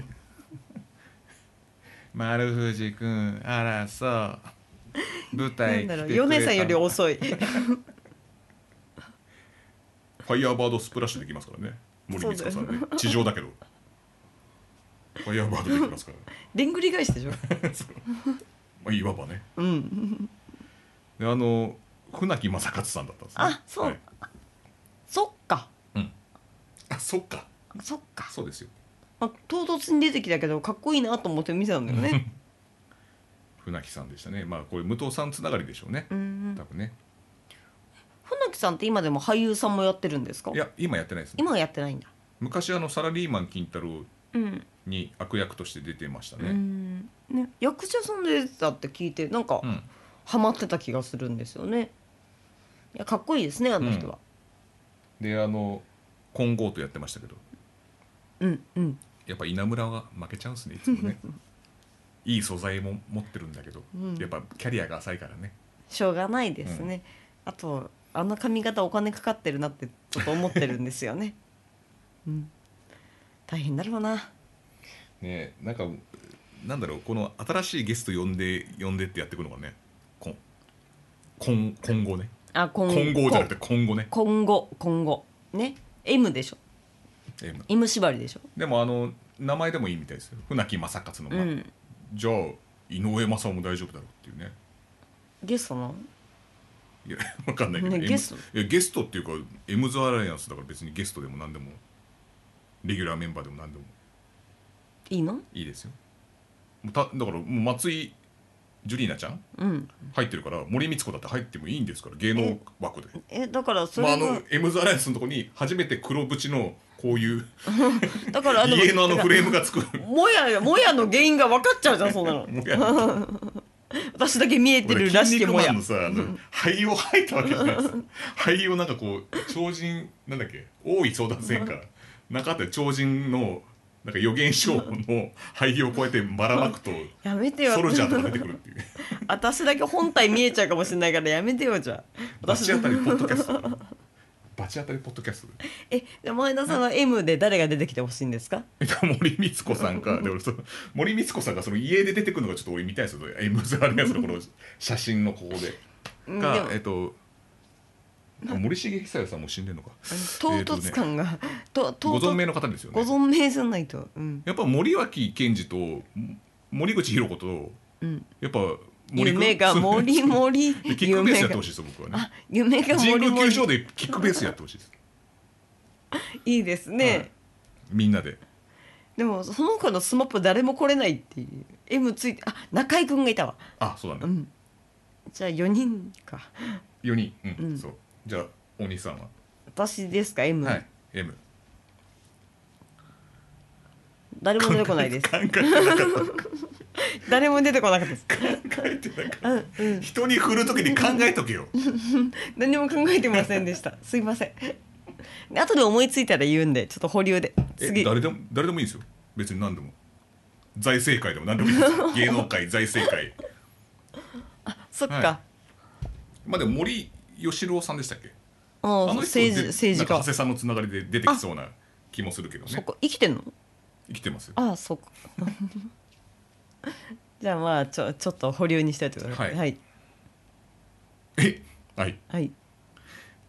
[SPEAKER 2] 丸藤くんあらそう舞
[SPEAKER 1] な
[SPEAKER 2] 台
[SPEAKER 1] んだろ
[SPEAKER 2] 来
[SPEAKER 1] う
[SPEAKER 2] て
[SPEAKER 1] 米さんより
[SPEAKER 2] フ
[SPEAKER 1] 遅い
[SPEAKER 2] ァイヤーバードスプラッシュできますからね森光子さんね地上だけどファイヤーバードできますからね
[SPEAKER 1] でんぐり返しでしょ
[SPEAKER 2] そうまあいわばね
[SPEAKER 1] うん
[SPEAKER 2] であの船木正勝さんだったんですね
[SPEAKER 1] あそう
[SPEAKER 2] はい
[SPEAKER 1] そっか
[SPEAKER 2] あそっか
[SPEAKER 1] そっか、
[SPEAKER 2] そうですよ
[SPEAKER 1] まあ、唐突に出てきたけどかっこいいなと思って見てたんだよね
[SPEAKER 2] 船木さんでしたねまあこれ武藤さんつながりでしょうね
[SPEAKER 1] うんうん
[SPEAKER 2] 多分ね
[SPEAKER 1] 船木さんって今でも俳優さんもやってるんですか
[SPEAKER 2] いや今やってないですね
[SPEAKER 1] 今はやってないんだ
[SPEAKER 2] 昔あのサラリーマン金太郎
[SPEAKER 1] うん、
[SPEAKER 2] に悪役として出てました
[SPEAKER 1] う
[SPEAKER 2] ね
[SPEAKER 1] んね、役者さんで出てたって聞いてなんか
[SPEAKER 2] うん、
[SPEAKER 1] ハマってた気がするんですよねいやかっこいいですねあの人は
[SPEAKER 2] であの金剛とやってましたけど
[SPEAKER 1] うんうん
[SPEAKER 2] やっぱ稲村は負けちゃうんですねいつ もねいい素材も持ってるんだけど、
[SPEAKER 1] うん
[SPEAKER 2] やっぱキャリアが浅いからね
[SPEAKER 1] しょうがないですね、あとあの髪型お金かかってるなって ちょっと思ってるんですよねうん大変だろうな
[SPEAKER 2] ねなんかなんだろうこの新しいゲスト呼んで呼んでってやっていくのがねこん今今後ね
[SPEAKER 1] あ今
[SPEAKER 2] 今後じゃなくて今後ね
[SPEAKER 1] 今後今後ね M でしょ
[SPEAKER 2] M
[SPEAKER 1] M 縛りでしょ、
[SPEAKER 2] でもあの名前でもいいみたいですよ船木正勝の、ま
[SPEAKER 1] うん
[SPEAKER 2] じゃあ井上正雄も大丈夫だろうっていうね
[SPEAKER 1] ゲストなの
[SPEAKER 2] いや分かんないけど、
[SPEAKER 1] ね
[SPEAKER 2] M-
[SPEAKER 1] ゲス
[SPEAKER 2] いやゲストっていうかエムズアライアンスだから別にゲストでも何でもレギュラーメンバーでも何でも
[SPEAKER 1] いいの
[SPEAKER 2] いいですよもうただからもう松井ジュリーナちゃん
[SPEAKER 1] うん
[SPEAKER 2] 入ってるから森光子だって入ってもいいんですから芸能枠で。
[SPEAKER 1] えだからそ
[SPEAKER 2] まあ、
[SPEAKER 1] れ
[SPEAKER 2] あ
[SPEAKER 1] が、
[SPEAKER 2] のエムズアライアンスのとこに初めて黒縁のこういう
[SPEAKER 1] だからでも
[SPEAKER 2] 家のあの
[SPEAKER 1] だ
[SPEAKER 2] フ
[SPEAKER 1] から
[SPEAKER 2] レームが作る
[SPEAKER 1] もやもやの原因が分かっちゃうじゃんそんなの
[SPEAKER 2] もうや
[SPEAKER 1] 私だけ見えてるらしきもや
[SPEAKER 2] 俺筋肉マンのさあの肺を吐いたわけじゃないです肺をなんかこう超人なんだっけ大井相談線か中で超人のなんか予言書の肺をこうやってばらまくと
[SPEAKER 1] やめてよ
[SPEAKER 2] ソルジャーとか出てくるっていう
[SPEAKER 1] 私だけ本体見えちゃうかもしれないからやめてよじゃあ
[SPEAKER 2] バチ
[SPEAKER 1] 私
[SPEAKER 2] 当たりポッドキャストバチ当たりポッドキャストで
[SPEAKER 1] えじゃあ前田さんの M で誰が出てきてほしいんですか
[SPEAKER 2] えっと森光子さ んかで俺その森光子さんがその家で出てくるのがちょっと俺見たいんですよ M ズアルやつのこの写真のここで
[SPEAKER 1] うんで
[SPEAKER 2] が
[SPEAKER 1] も
[SPEAKER 2] えっとあ森重久代さんもう死んでんのか
[SPEAKER 1] 唐
[SPEAKER 2] えーとね
[SPEAKER 1] 突感が、と唐
[SPEAKER 2] ご
[SPEAKER 1] 突
[SPEAKER 2] 存命の方ですよ
[SPEAKER 1] ご
[SPEAKER 2] ね
[SPEAKER 1] 存命じゃないとうん
[SPEAKER 2] やっぱ森脇健児とん森口博子と
[SPEAKER 1] うん
[SPEAKER 2] やっぱ森君
[SPEAKER 1] 夢がもり もり
[SPEAKER 2] でキックベース
[SPEAKER 1] 夢
[SPEAKER 2] やって
[SPEAKER 1] が
[SPEAKER 2] ほしいです僕はね
[SPEAKER 1] あ夢が
[SPEAKER 2] 神
[SPEAKER 1] もり
[SPEAKER 2] 宮
[SPEAKER 1] も
[SPEAKER 2] 球
[SPEAKER 1] り
[SPEAKER 2] 場でキックベースやってほしいです
[SPEAKER 1] いいですね、
[SPEAKER 2] はいみんなで
[SPEAKER 1] でもその子のスマップ誰も来れないっていう M ついてあ中居君がいたわ
[SPEAKER 2] あそうだ
[SPEAKER 1] う
[SPEAKER 2] ね
[SPEAKER 1] んじゃあ4人か
[SPEAKER 2] 4人うん、
[SPEAKER 1] うん
[SPEAKER 2] そうじゃあお兄さんは、
[SPEAKER 1] 私ですか M、
[SPEAKER 2] はい M
[SPEAKER 1] 誰も出てこないです
[SPEAKER 2] 考えてなかっ
[SPEAKER 1] 誰も出てこなかったです
[SPEAKER 2] た考えてなかっ
[SPEAKER 1] うんうん
[SPEAKER 2] た人に振るときに考えとけよ
[SPEAKER 1] 何も考えてませんで したすいませんで後で思いついたら言うんでちょっと保留で
[SPEAKER 2] え
[SPEAKER 1] 次
[SPEAKER 2] 誰でも誰でもいいですよ別に何でも財政界でも何でもいいで すよ芸能界財政界
[SPEAKER 1] そっか、
[SPEAKER 2] はまあでも森喜朗さんでしたっけ
[SPEAKER 1] あ
[SPEAKER 2] あ
[SPEAKER 1] あ
[SPEAKER 2] の人
[SPEAKER 1] 政治
[SPEAKER 2] で
[SPEAKER 1] 政治
[SPEAKER 2] なんか
[SPEAKER 1] 家
[SPEAKER 2] 長谷さんのつながりで出てきそうな気もするけど
[SPEAKER 1] そっ
[SPEAKER 2] ね
[SPEAKER 1] か生きてんの
[SPEAKER 2] 生きてますよ
[SPEAKER 1] ああそっか じゃあまあちょちょっと保留にしておいてください
[SPEAKER 2] は
[SPEAKER 1] はい
[SPEAKER 2] えはい
[SPEAKER 1] はい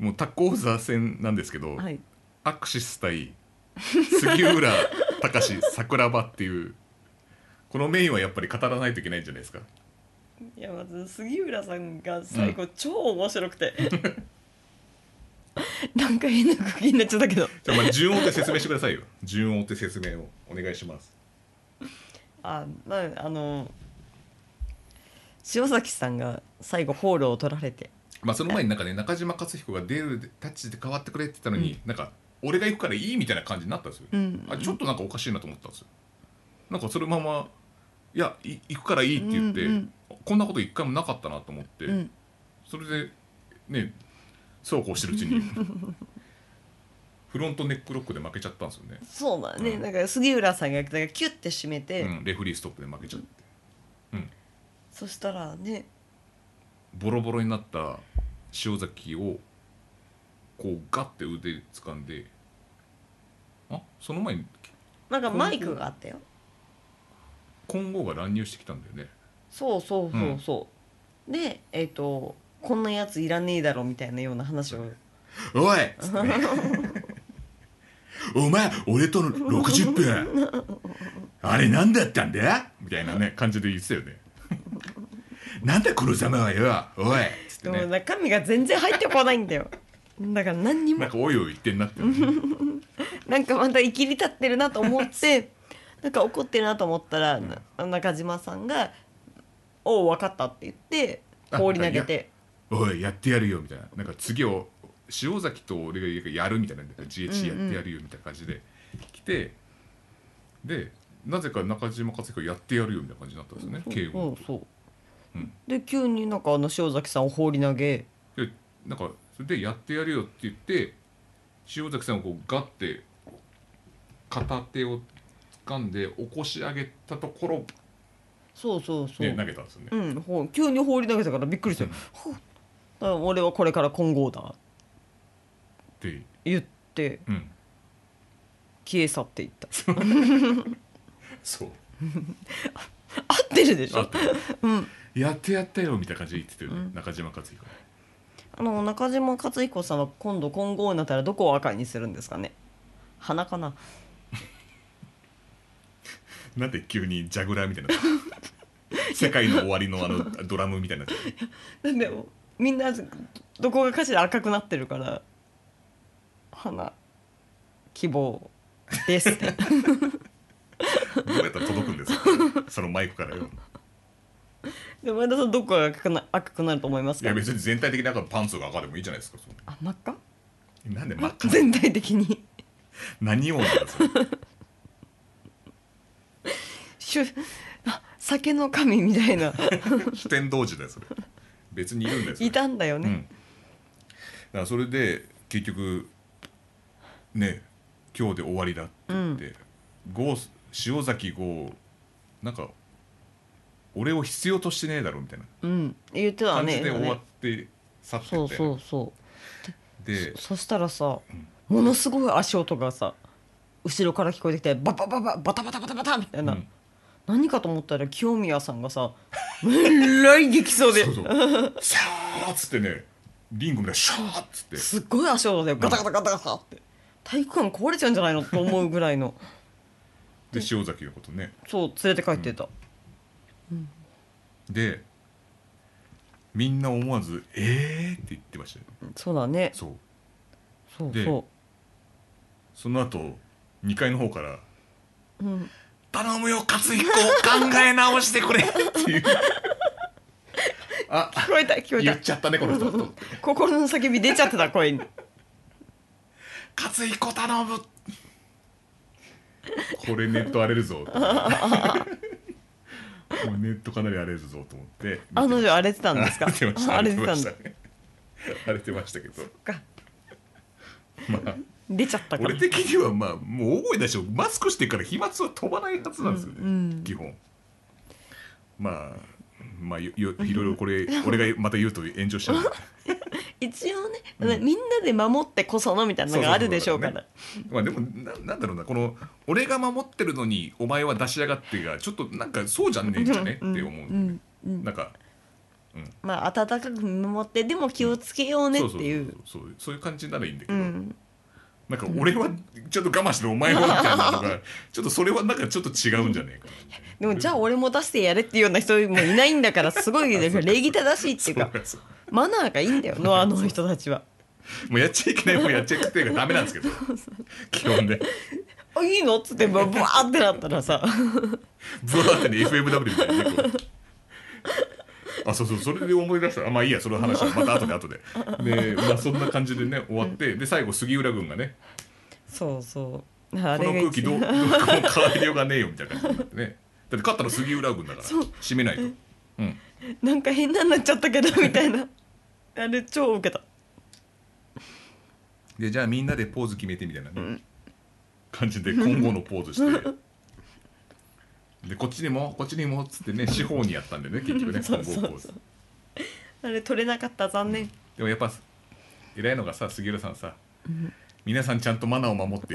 [SPEAKER 2] もうタッグオーザー戦なんですけど、
[SPEAKER 1] はい
[SPEAKER 2] アクシス対杉浦隆桜庭っていうこのメインはやっぱり語らないといけないんじゃないですか
[SPEAKER 1] いやまず杉浦さんが最後超面白くて、 なんか変な空気になっちゃったけど
[SPEAKER 2] じゃあまあ順を追って説明してくださいよ順を追って説明をお願いします
[SPEAKER 1] あまああの塩崎さんが最後ホールを取られて
[SPEAKER 2] まあその前になんかね中島克彦が出るタッチで変わってくれって言ったのに、なんか俺が行くからいいみたいな感じになったんですよ、
[SPEAKER 1] うん
[SPEAKER 2] あちょっとなんかおかしいなと思ったんですよなんかそのまま「いやい行くからいい」って言って、
[SPEAKER 1] うんうん
[SPEAKER 2] こんなこと一回もなかったなと思って、
[SPEAKER 1] うん
[SPEAKER 2] それでねそうこうしてるう ちにフロントネックロックで負けちゃったんですよね、
[SPEAKER 1] そうだね、
[SPEAKER 2] うん
[SPEAKER 1] なんか杉浦さんがだからキュッて締めて、
[SPEAKER 2] うん、レフリーストップで負けちゃって、うん、
[SPEAKER 1] そしたらね
[SPEAKER 2] ボロボロになった塩崎をこうガッて腕掴んであその前に
[SPEAKER 1] なんかマイクがあったよ
[SPEAKER 2] 金剛が乱入してきたんだよね
[SPEAKER 1] そうそうそうそう、でえっ、とこんなやついらねえだろみたいなような話を
[SPEAKER 2] おいお前俺との60分あれ何だったんだみたいなね感じで言ってたよねなんだこのざまはよおいつっ
[SPEAKER 1] で
[SPEAKER 2] て
[SPEAKER 1] も
[SPEAKER 2] ね
[SPEAKER 1] 中身が全然入ってこないんだ よだから何にも
[SPEAKER 2] なんかおいおい言ってんなってね、
[SPEAKER 1] なんかまたいきり立ってるなと思って なんか怒ってるなと思ったら、な中島さんが「おう分かった」って言って
[SPEAKER 2] あ
[SPEAKER 1] 放り投げて
[SPEAKER 2] おいやってやるよみたいななんか次を塩崎と俺がやるみたいななんか GHC やってやるよみたいな感じで来て、でなぜか中島克彦やってやるよみたいな感じになったんですよね敬
[SPEAKER 1] う
[SPEAKER 2] 語
[SPEAKER 1] んそう、
[SPEAKER 2] うん
[SPEAKER 1] で急になんかあの塩崎さんを放り投げ
[SPEAKER 2] でなんかそれでやってやるよって言って塩崎さんをこうガッて片手を掴んで起こし上げたところ
[SPEAKER 1] そうそうそう、
[SPEAKER 2] ね投げたんですよね、
[SPEAKER 1] うん、ほう急に放り投げたからびっくりしたよ
[SPEAKER 2] うん
[SPEAKER 1] 「ほうだから俺はこれから金剛だ」って
[SPEAKER 2] で、
[SPEAKER 1] 言って
[SPEAKER 2] うん、
[SPEAKER 1] 消え去っていった
[SPEAKER 2] そう
[SPEAKER 1] 合ってるでし
[SPEAKER 2] あ
[SPEAKER 1] ょ
[SPEAKER 2] とやってやったよみたいな感じで言ってたよね、中島克彦
[SPEAKER 1] あの中島克彦さんは今度今後になったらどこを赤にするんですかね鼻かな
[SPEAKER 2] なんで急にジャグラー みたいな世界の終わりのあのドラムみたいな
[SPEAKER 1] だってみんなどこがかしら赤くなってるから花希望 ですね
[SPEAKER 2] どうやったら届くんですかそのマイクか らよ
[SPEAKER 1] で前田さんどこが赤くな赤くなると思います
[SPEAKER 2] い
[SPEAKER 1] か
[SPEAKER 2] や別に全体的になんかパンツが赤でもいいじゃないですかそ
[SPEAKER 1] あ真っ赤
[SPEAKER 2] のなんで真っ赤
[SPEAKER 1] 全体的に
[SPEAKER 2] 何をなんですか
[SPEAKER 1] しゅあ酒の神みたい な
[SPEAKER 2] 飛天童子だよそれ別にいるんだよそれ
[SPEAKER 1] いたんだよ
[SPEAKER 2] う
[SPEAKER 1] ね、
[SPEAKER 2] ん、だからそれで結局ね今日で終わりだって言って、郷塩崎剛なんか俺を必要としてねえだろみたいな
[SPEAKER 1] うん、言ってた
[SPEAKER 2] 感
[SPEAKER 1] ね
[SPEAKER 2] じで終わっ
[SPEAKER 1] ね
[SPEAKER 2] て去ってって、
[SPEAKER 1] そうそうそ
[SPEAKER 2] で
[SPEAKER 1] うそしたらさものすごい足音がさ後ろから聞こえてきてバババババタバタバタバタみたいな、
[SPEAKER 2] うん
[SPEAKER 1] 何かと思ったら清宮さんがさえらい激走で
[SPEAKER 2] そうそう「シャー」っつってねリングみたいな「シャー」っつって
[SPEAKER 1] すっごい足音でガタガタガタガタって体育館壊れちゃうんじゃないのと思うぐらい の
[SPEAKER 2] で塩崎のことね
[SPEAKER 1] そう連れて帰ってた、
[SPEAKER 2] でみんな思わず「えー」って言ってましたよ
[SPEAKER 1] そうだね
[SPEAKER 2] そう
[SPEAKER 1] そう
[SPEAKER 2] で
[SPEAKER 1] そ
[SPEAKER 2] その後2階の方から
[SPEAKER 1] う、うん、
[SPEAKER 2] 頼むよ勝彦考え直してくれって いうあ
[SPEAKER 1] 聞こえた聞こえ
[SPEAKER 2] 言ったちゃったねこの人
[SPEAKER 1] 心の叫び出ちゃってた声に
[SPEAKER 2] 勝彦頼む これネット荒 れるぞとこれネットかなり荒れるぞと思って
[SPEAKER 1] あの女荒れてたんですか
[SPEAKER 2] 荒れてました
[SPEAKER 1] 荒れてたんだ
[SPEAKER 2] 荒れてましたね荒 れてましたけど
[SPEAKER 1] か
[SPEAKER 2] まあ
[SPEAKER 1] 出ちゃったから
[SPEAKER 2] 俺的にはまあもう大声だしマスクしてから飛沫は飛ばないはずなんですよね、
[SPEAKER 1] うんうん
[SPEAKER 2] 基本まあまあよ よいろいろこれ俺がまた言うと炎上しちゃうんで
[SPEAKER 1] 一応ね、
[SPEAKER 2] うん
[SPEAKER 1] みんなで守ってこそのみたいなのがあるでしょうから
[SPEAKER 2] そうまあでもななんだろうなこの俺が守ってるのにお前は出しやがってがちょっとなんかそうじゃねえんじゃねって
[SPEAKER 1] ん
[SPEAKER 2] 思うんだよね
[SPEAKER 1] うんうん
[SPEAKER 2] なんか
[SPEAKER 1] まあ温かく見守ってでも気をつけようね
[SPEAKER 2] そう
[SPEAKER 1] って
[SPEAKER 2] そ
[SPEAKER 1] い
[SPEAKER 2] うそううそうそういう感じならいいんだけ
[SPEAKER 1] う
[SPEAKER 2] ど、
[SPEAKER 1] ん
[SPEAKER 2] なんか俺はちょっと我慢してるお前はみたいなのがちょっとそれはなんかちょっと違うんじゃねえか
[SPEAKER 1] でもじゃあ俺も出してやれっていうような人もいないんだからすごいね
[SPEAKER 2] そう
[SPEAKER 1] 礼儀正しいっていうか
[SPEAKER 2] そうそう
[SPEAKER 1] マナーがいいんだよノアの人たちは。
[SPEAKER 2] もうやっちゃいけないもうやっちゃいけないがダメなんですけど基本で
[SPEAKER 1] あいいのっ つってブワーってなったらさ
[SPEAKER 2] ブワーってね FMW みたいなねこうあそうそうそれで思い出したあまあいいやその話はまた後で後ででまあそんな感じでね終わってで最後杉浦君がね
[SPEAKER 1] そうそうあ
[SPEAKER 2] この
[SPEAKER 1] れが
[SPEAKER 2] 空気
[SPEAKER 1] 一
[SPEAKER 2] どう
[SPEAKER 1] 番
[SPEAKER 2] どう変わりようがねえよみたいな感じになってねだって勝ったの杉浦君だから
[SPEAKER 1] そう
[SPEAKER 2] 締めないとうん
[SPEAKER 1] なんか変なになっちゃったけどみたいなあれ超ウケた
[SPEAKER 2] でじゃあみんなでポーズ決めてみたいなね、感じで今後のポーズしてでこっちにもこっちにもっつってね四方にやったんでね結局 ね
[SPEAKER 1] そ
[SPEAKER 2] 今
[SPEAKER 1] う
[SPEAKER 2] 後
[SPEAKER 1] そうそう
[SPEAKER 2] ポーズ
[SPEAKER 1] あれ取れなかった残念
[SPEAKER 2] でもやっぱ偉いのがさ杉浦さんさ、皆さんちゃんとマナーを守 って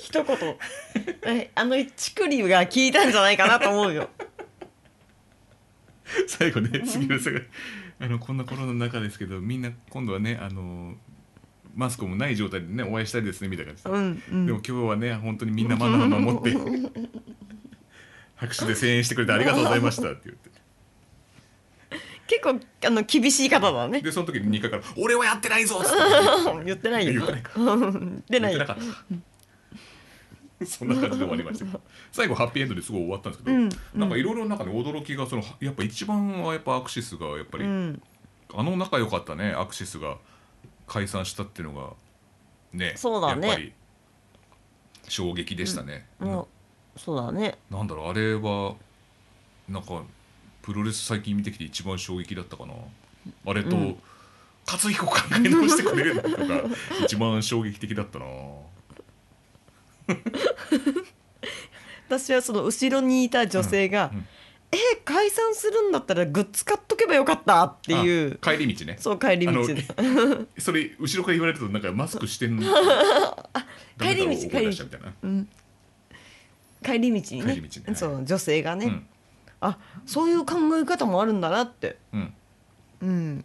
[SPEAKER 1] 一言 えあのチクリが効いたんじゃないかなと思う よ
[SPEAKER 2] 最後ね杉浦さんがあのこんなコロナの中ですけどみんな今度はねあのマスクもない状態でねお会いしたいですねみたいな感じで
[SPEAKER 1] う、んうん
[SPEAKER 2] でも今日はね本当にみんなマナーを守 って拍手で声援してくれてありがとうございましたって言って。
[SPEAKER 1] 結構あの厳しい方だね
[SPEAKER 2] でその時に2回から「俺はやってないぞ!」っつって
[SPEAKER 1] 言ってない
[SPEAKER 2] 言
[SPEAKER 1] よ
[SPEAKER 2] ってないか
[SPEAKER 1] 出
[SPEAKER 2] 言
[SPEAKER 1] な
[SPEAKER 2] っ
[SPEAKER 1] い
[SPEAKER 2] て
[SPEAKER 1] よ
[SPEAKER 2] なかったそんな感じで終わりましたけど最後ハッピーエンドですごい終わったんですけど、
[SPEAKER 1] うん
[SPEAKER 2] なんかいろいろなんかね驚きがそのやっぱ一番はやっぱアクシスがやっぱり、
[SPEAKER 1] うん
[SPEAKER 2] あの仲良かったねアクシスが解散したっていうのがね
[SPEAKER 1] そうだね
[SPEAKER 2] やっぱり衝撃でしたね、
[SPEAKER 1] もうそうだね
[SPEAKER 2] なんだろうあれはなんかプロレス最近見てきて一番衝撃だったかなあれと、
[SPEAKER 1] うん
[SPEAKER 2] 勝彦考え直してくれるのとか一番衝撃的だったな
[SPEAKER 1] 私はその後ろにいた女性が
[SPEAKER 2] うんうん
[SPEAKER 1] 「え解散するんだったらグッズ買っとけばよかった」っていう
[SPEAKER 2] あ帰り道ね
[SPEAKER 1] そう帰り
[SPEAKER 2] あ
[SPEAKER 1] 道
[SPEAKER 2] の
[SPEAKER 1] で
[SPEAKER 2] それ後ろから言われ るとなんかマスクしてんの
[SPEAKER 1] 帰り道
[SPEAKER 2] 帰りみたいな
[SPEAKER 1] うん帰り道にね
[SPEAKER 2] 帰り道にはい
[SPEAKER 1] そう女性がね、
[SPEAKER 2] うん
[SPEAKER 1] あそういう考え方もあるんだなって
[SPEAKER 2] うん
[SPEAKER 1] うん、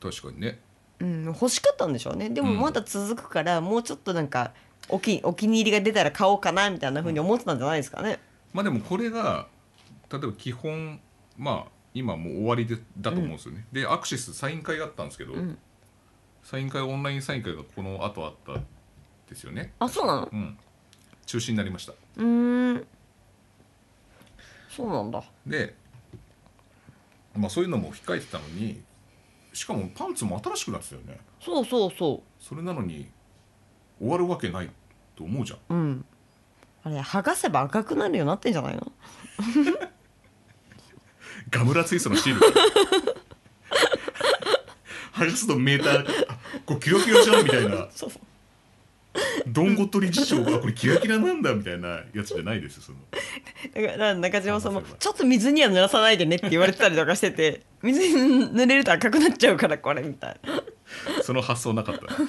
[SPEAKER 2] 確かにね
[SPEAKER 1] うん、欲しかったんでしょうねでも
[SPEAKER 2] うん
[SPEAKER 1] まだ続くから、もうちょっとなんかお気お気に入りが出たら買おうかなみたいなふうに思ってたんじゃないですかね。
[SPEAKER 2] まあでもこれが例えば基本まあ今もう終わりでだと思うんですよね、でアクシスサイン会があったんですけど、
[SPEAKER 1] うん
[SPEAKER 2] サイン会オンラインサイン会がこの後あったんですよね
[SPEAKER 1] あそうなの
[SPEAKER 2] うん中止になりました
[SPEAKER 1] うーんそうなんだ
[SPEAKER 2] で、まあ、そういうのも控えてたのにしかもパンツも新しくなってたよね
[SPEAKER 1] そうそうそ
[SPEAKER 2] それなのに終わるわけないと思うじゃん
[SPEAKER 1] ううんあれ剥がせば赤くなるようになってんじゃないの
[SPEAKER 2] ガムラツイストのシール 剥がすとメーターあこれキラキラじゃんみたいな
[SPEAKER 1] そう
[SPEAKER 2] どんごとり事情がこれキラキラなんだみたいなやつじゃないですよその
[SPEAKER 1] だから中島さんも
[SPEAKER 2] 剥がせば
[SPEAKER 1] 「ちょっと水には濡らさないでね」って言われてたりとかして て「水に濡れると赤くなっちゃうからこれ」みたいな
[SPEAKER 2] その発想なかった。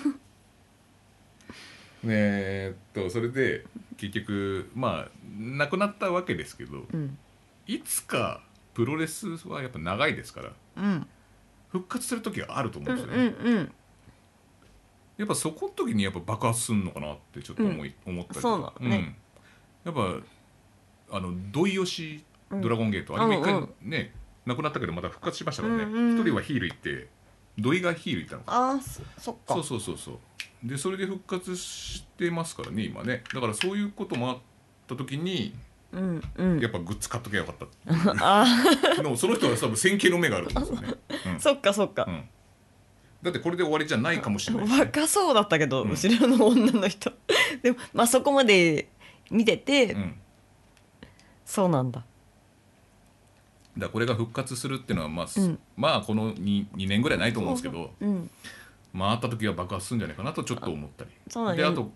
[SPEAKER 2] ねえっとそれで結局まあなくなったわけですけど、
[SPEAKER 1] うん
[SPEAKER 2] いつかプロレスはやっぱ長いですから
[SPEAKER 1] うん
[SPEAKER 2] 復活する時があると思
[SPEAKER 1] う
[SPEAKER 2] うん
[SPEAKER 1] ん
[SPEAKER 2] ですよね、
[SPEAKER 1] うん
[SPEAKER 2] やっぱそこの時にやっぱ爆発するのかなってちょっと思い、思ったりとか
[SPEAKER 1] そうなのね
[SPEAKER 2] うんやっぱあの土井善ドラゴンゲート、
[SPEAKER 1] うん
[SPEAKER 2] あれ
[SPEAKER 1] う
[SPEAKER 2] も一回
[SPEAKER 1] ん
[SPEAKER 2] ね、なくなったけどまた復活しましたからね
[SPEAKER 1] う
[SPEAKER 2] 一、
[SPEAKER 1] んうん
[SPEAKER 2] 人はヒール行って土井がヒール行ったのか
[SPEAKER 1] あーそそっか
[SPEAKER 2] そうそうそうそうでそれで復活してますからね今ねだからそういうこともあった時に
[SPEAKER 1] うんうん
[SPEAKER 2] やっぱグッズ買っときゃよかったって
[SPEAKER 1] あ
[SPEAKER 2] いうでもその人は多分先見の目があると思うん ですよね、
[SPEAKER 1] ーそっかそっか
[SPEAKER 2] うんうん、だってこれで終わりじゃないかもしれないしね、
[SPEAKER 1] 若そうだったけど
[SPEAKER 2] うん
[SPEAKER 1] 後ろの女の人 でもまあそこまで見てて
[SPEAKER 2] うん、だか
[SPEAKER 1] そうなんだ
[SPEAKER 2] らこれが復活するっていうのはまあ、
[SPEAKER 1] うん
[SPEAKER 2] まあこの 2, 2年ぐらいないと思うんですけど
[SPEAKER 1] うん
[SPEAKER 2] 回った時は爆発するんじゃないかなとちょっと思ったり
[SPEAKER 1] そうだね
[SPEAKER 2] であと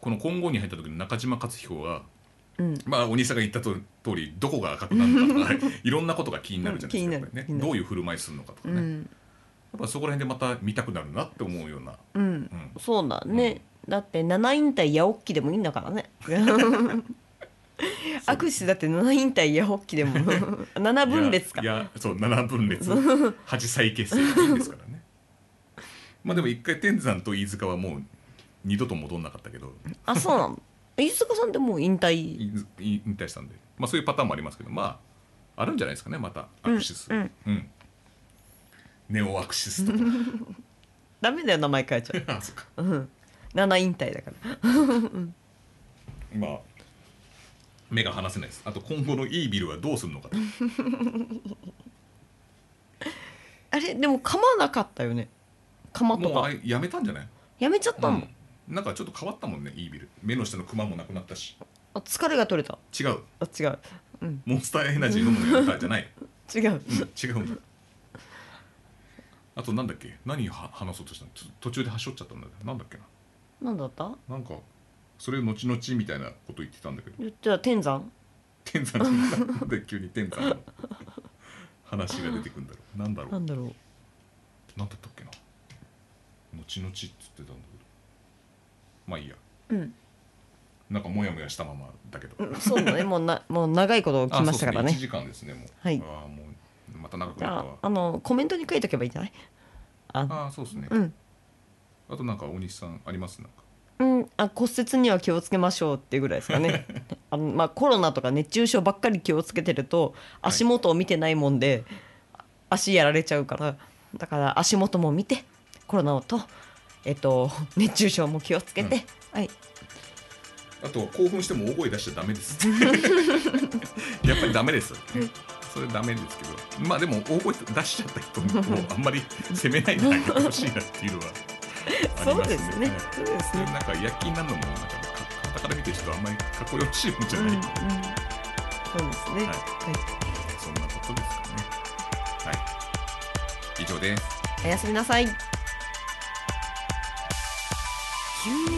[SPEAKER 2] この今後に入った時の中島克彦は
[SPEAKER 1] うん
[SPEAKER 2] まあ、お兄さんが言ったと通りどこが赤くなるのかと かいろんなことが気になるじゃない
[SPEAKER 1] うん
[SPEAKER 2] ですかやっぱり
[SPEAKER 1] 気に
[SPEAKER 2] ね、
[SPEAKER 1] なる
[SPEAKER 2] どういう振る舞いするのかとか
[SPEAKER 1] う
[SPEAKER 2] ね、やっ
[SPEAKER 1] ん
[SPEAKER 2] ぱそこら辺でまた見たくなるなって思うような、
[SPEAKER 1] うん
[SPEAKER 2] うん
[SPEAKER 1] そうだね、だって7引退八起きでもいいんだから ね握手だって7引退八起きでも7 分裂か
[SPEAKER 2] いやいやそう7分 裂8再結成でいいんですからねまあでも一回天山と飯塚はもう二度と戻んなかったけど
[SPEAKER 1] あそうなの飯塚さんってもう引退
[SPEAKER 2] いい引退したんで、まあ、そういうパターンもありますけどまああるんじゃないですかねまたアクシス、
[SPEAKER 1] うんうん
[SPEAKER 2] うんネオアクシスとか
[SPEAKER 1] ダメだよ名前変えちゃ
[SPEAKER 2] あそっか
[SPEAKER 1] う、うん、7引退だから
[SPEAKER 2] まあ目が離せないですあと今後のいいビルはどうするのかと
[SPEAKER 1] あれでも噛まなかったよね噛まと
[SPEAKER 2] もうあ
[SPEAKER 1] か
[SPEAKER 2] れやめたんじゃない、
[SPEAKER 1] やめちゃったの、
[SPEAKER 2] うん、なんかちょっと変わったもんねいいビル目の下のクマもなくなったし
[SPEAKER 1] あ疲れが取れた
[SPEAKER 2] 違う
[SPEAKER 1] あ違ううん
[SPEAKER 2] モンスターエナジー飲むのやめたじゃない、
[SPEAKER 1] 違う
[SPEAKER 2] うん、違うんだあとなんだっけ何は話そうとしたのちょっと途中で端折っちゃったんだけどなんだっけな
[SPEAKER 1] 何だった
[SPEAKER 2] なんかそれ後々みたいなこと言ってたんだけど
[SPEAKER 1] 言ってた天山
[SPEAKER 2] 天山のなんで急に天山の話が出てくんだろうなんだろう
[SPEAKER 1] なんだろう
[SPEAKER 2] なんだったっけな後々っつってたんだけどまあいいや
[SPEAKER 1] うん、
[SPEAKER 2] なんかモヤモヤしたままだけど
[SPEAKER 1] うんそうだねもう なもう長いこと起きましたからね
[SPEAKER 2] 1時間ですねもう
[SPEAKER 1] はい
[SPEAKER 2] ああもうまた長く
[SPEAKER 1] じ
[SPEAKER 2] な
[SPEAKER 1] ゃ
[SPEAKER 2] った
[SPEAKER 1] あ
[SPEAKER 2] わ
[SPEAKER 1] あのコメントに書いとけばいいんじゃないあ
[SPEAKER 2] ああそうですね、
[SPEAKER 1] うん、
[SPEAKER 2] あとなんか大西さんありますなんか
[SPEAKER 1] うん、あ骨折には気をつけましょうっていうぐらいですか ねあの、まあ、コロナとか熱中症ばっかり気をつけてると
[SPEAKER 2] い
[SPEAKER 1] 足元を見てないもんで、あ足やられちゃうからだから足元も見てコロナと、えっと、熱中症も気をつけて、はい、
[SPEAKER 2] あと興奮しても大声出しちゃダメです やっぱりダメです、それダメですけどまあでも大声出しちゃった人をあんまり責めないであげてほしいなっていうのはあり
[SPEAKER 1] そう
[SPEAKER 2] ますね
[SPEAKER 1] ですねそうですね
[SPEAKER 2] なんか夜勤なのもなんか 傍から見てる人はあんまりかっこよろしいもんじゃ
[SPEAKER 1] うん
[SPEAKER 2] な
[SPEAKER 1] う
[SPEAKER 2] い、
[SPEAKER 1] んそうですね、
[SPEAKER 2] はい
[SPEAKER 1] は
[SPEAKER 2] そんなことですかねはい以上です
[SPEAKER 1] い、おやすみなさい
[SPEAKER 3] 夢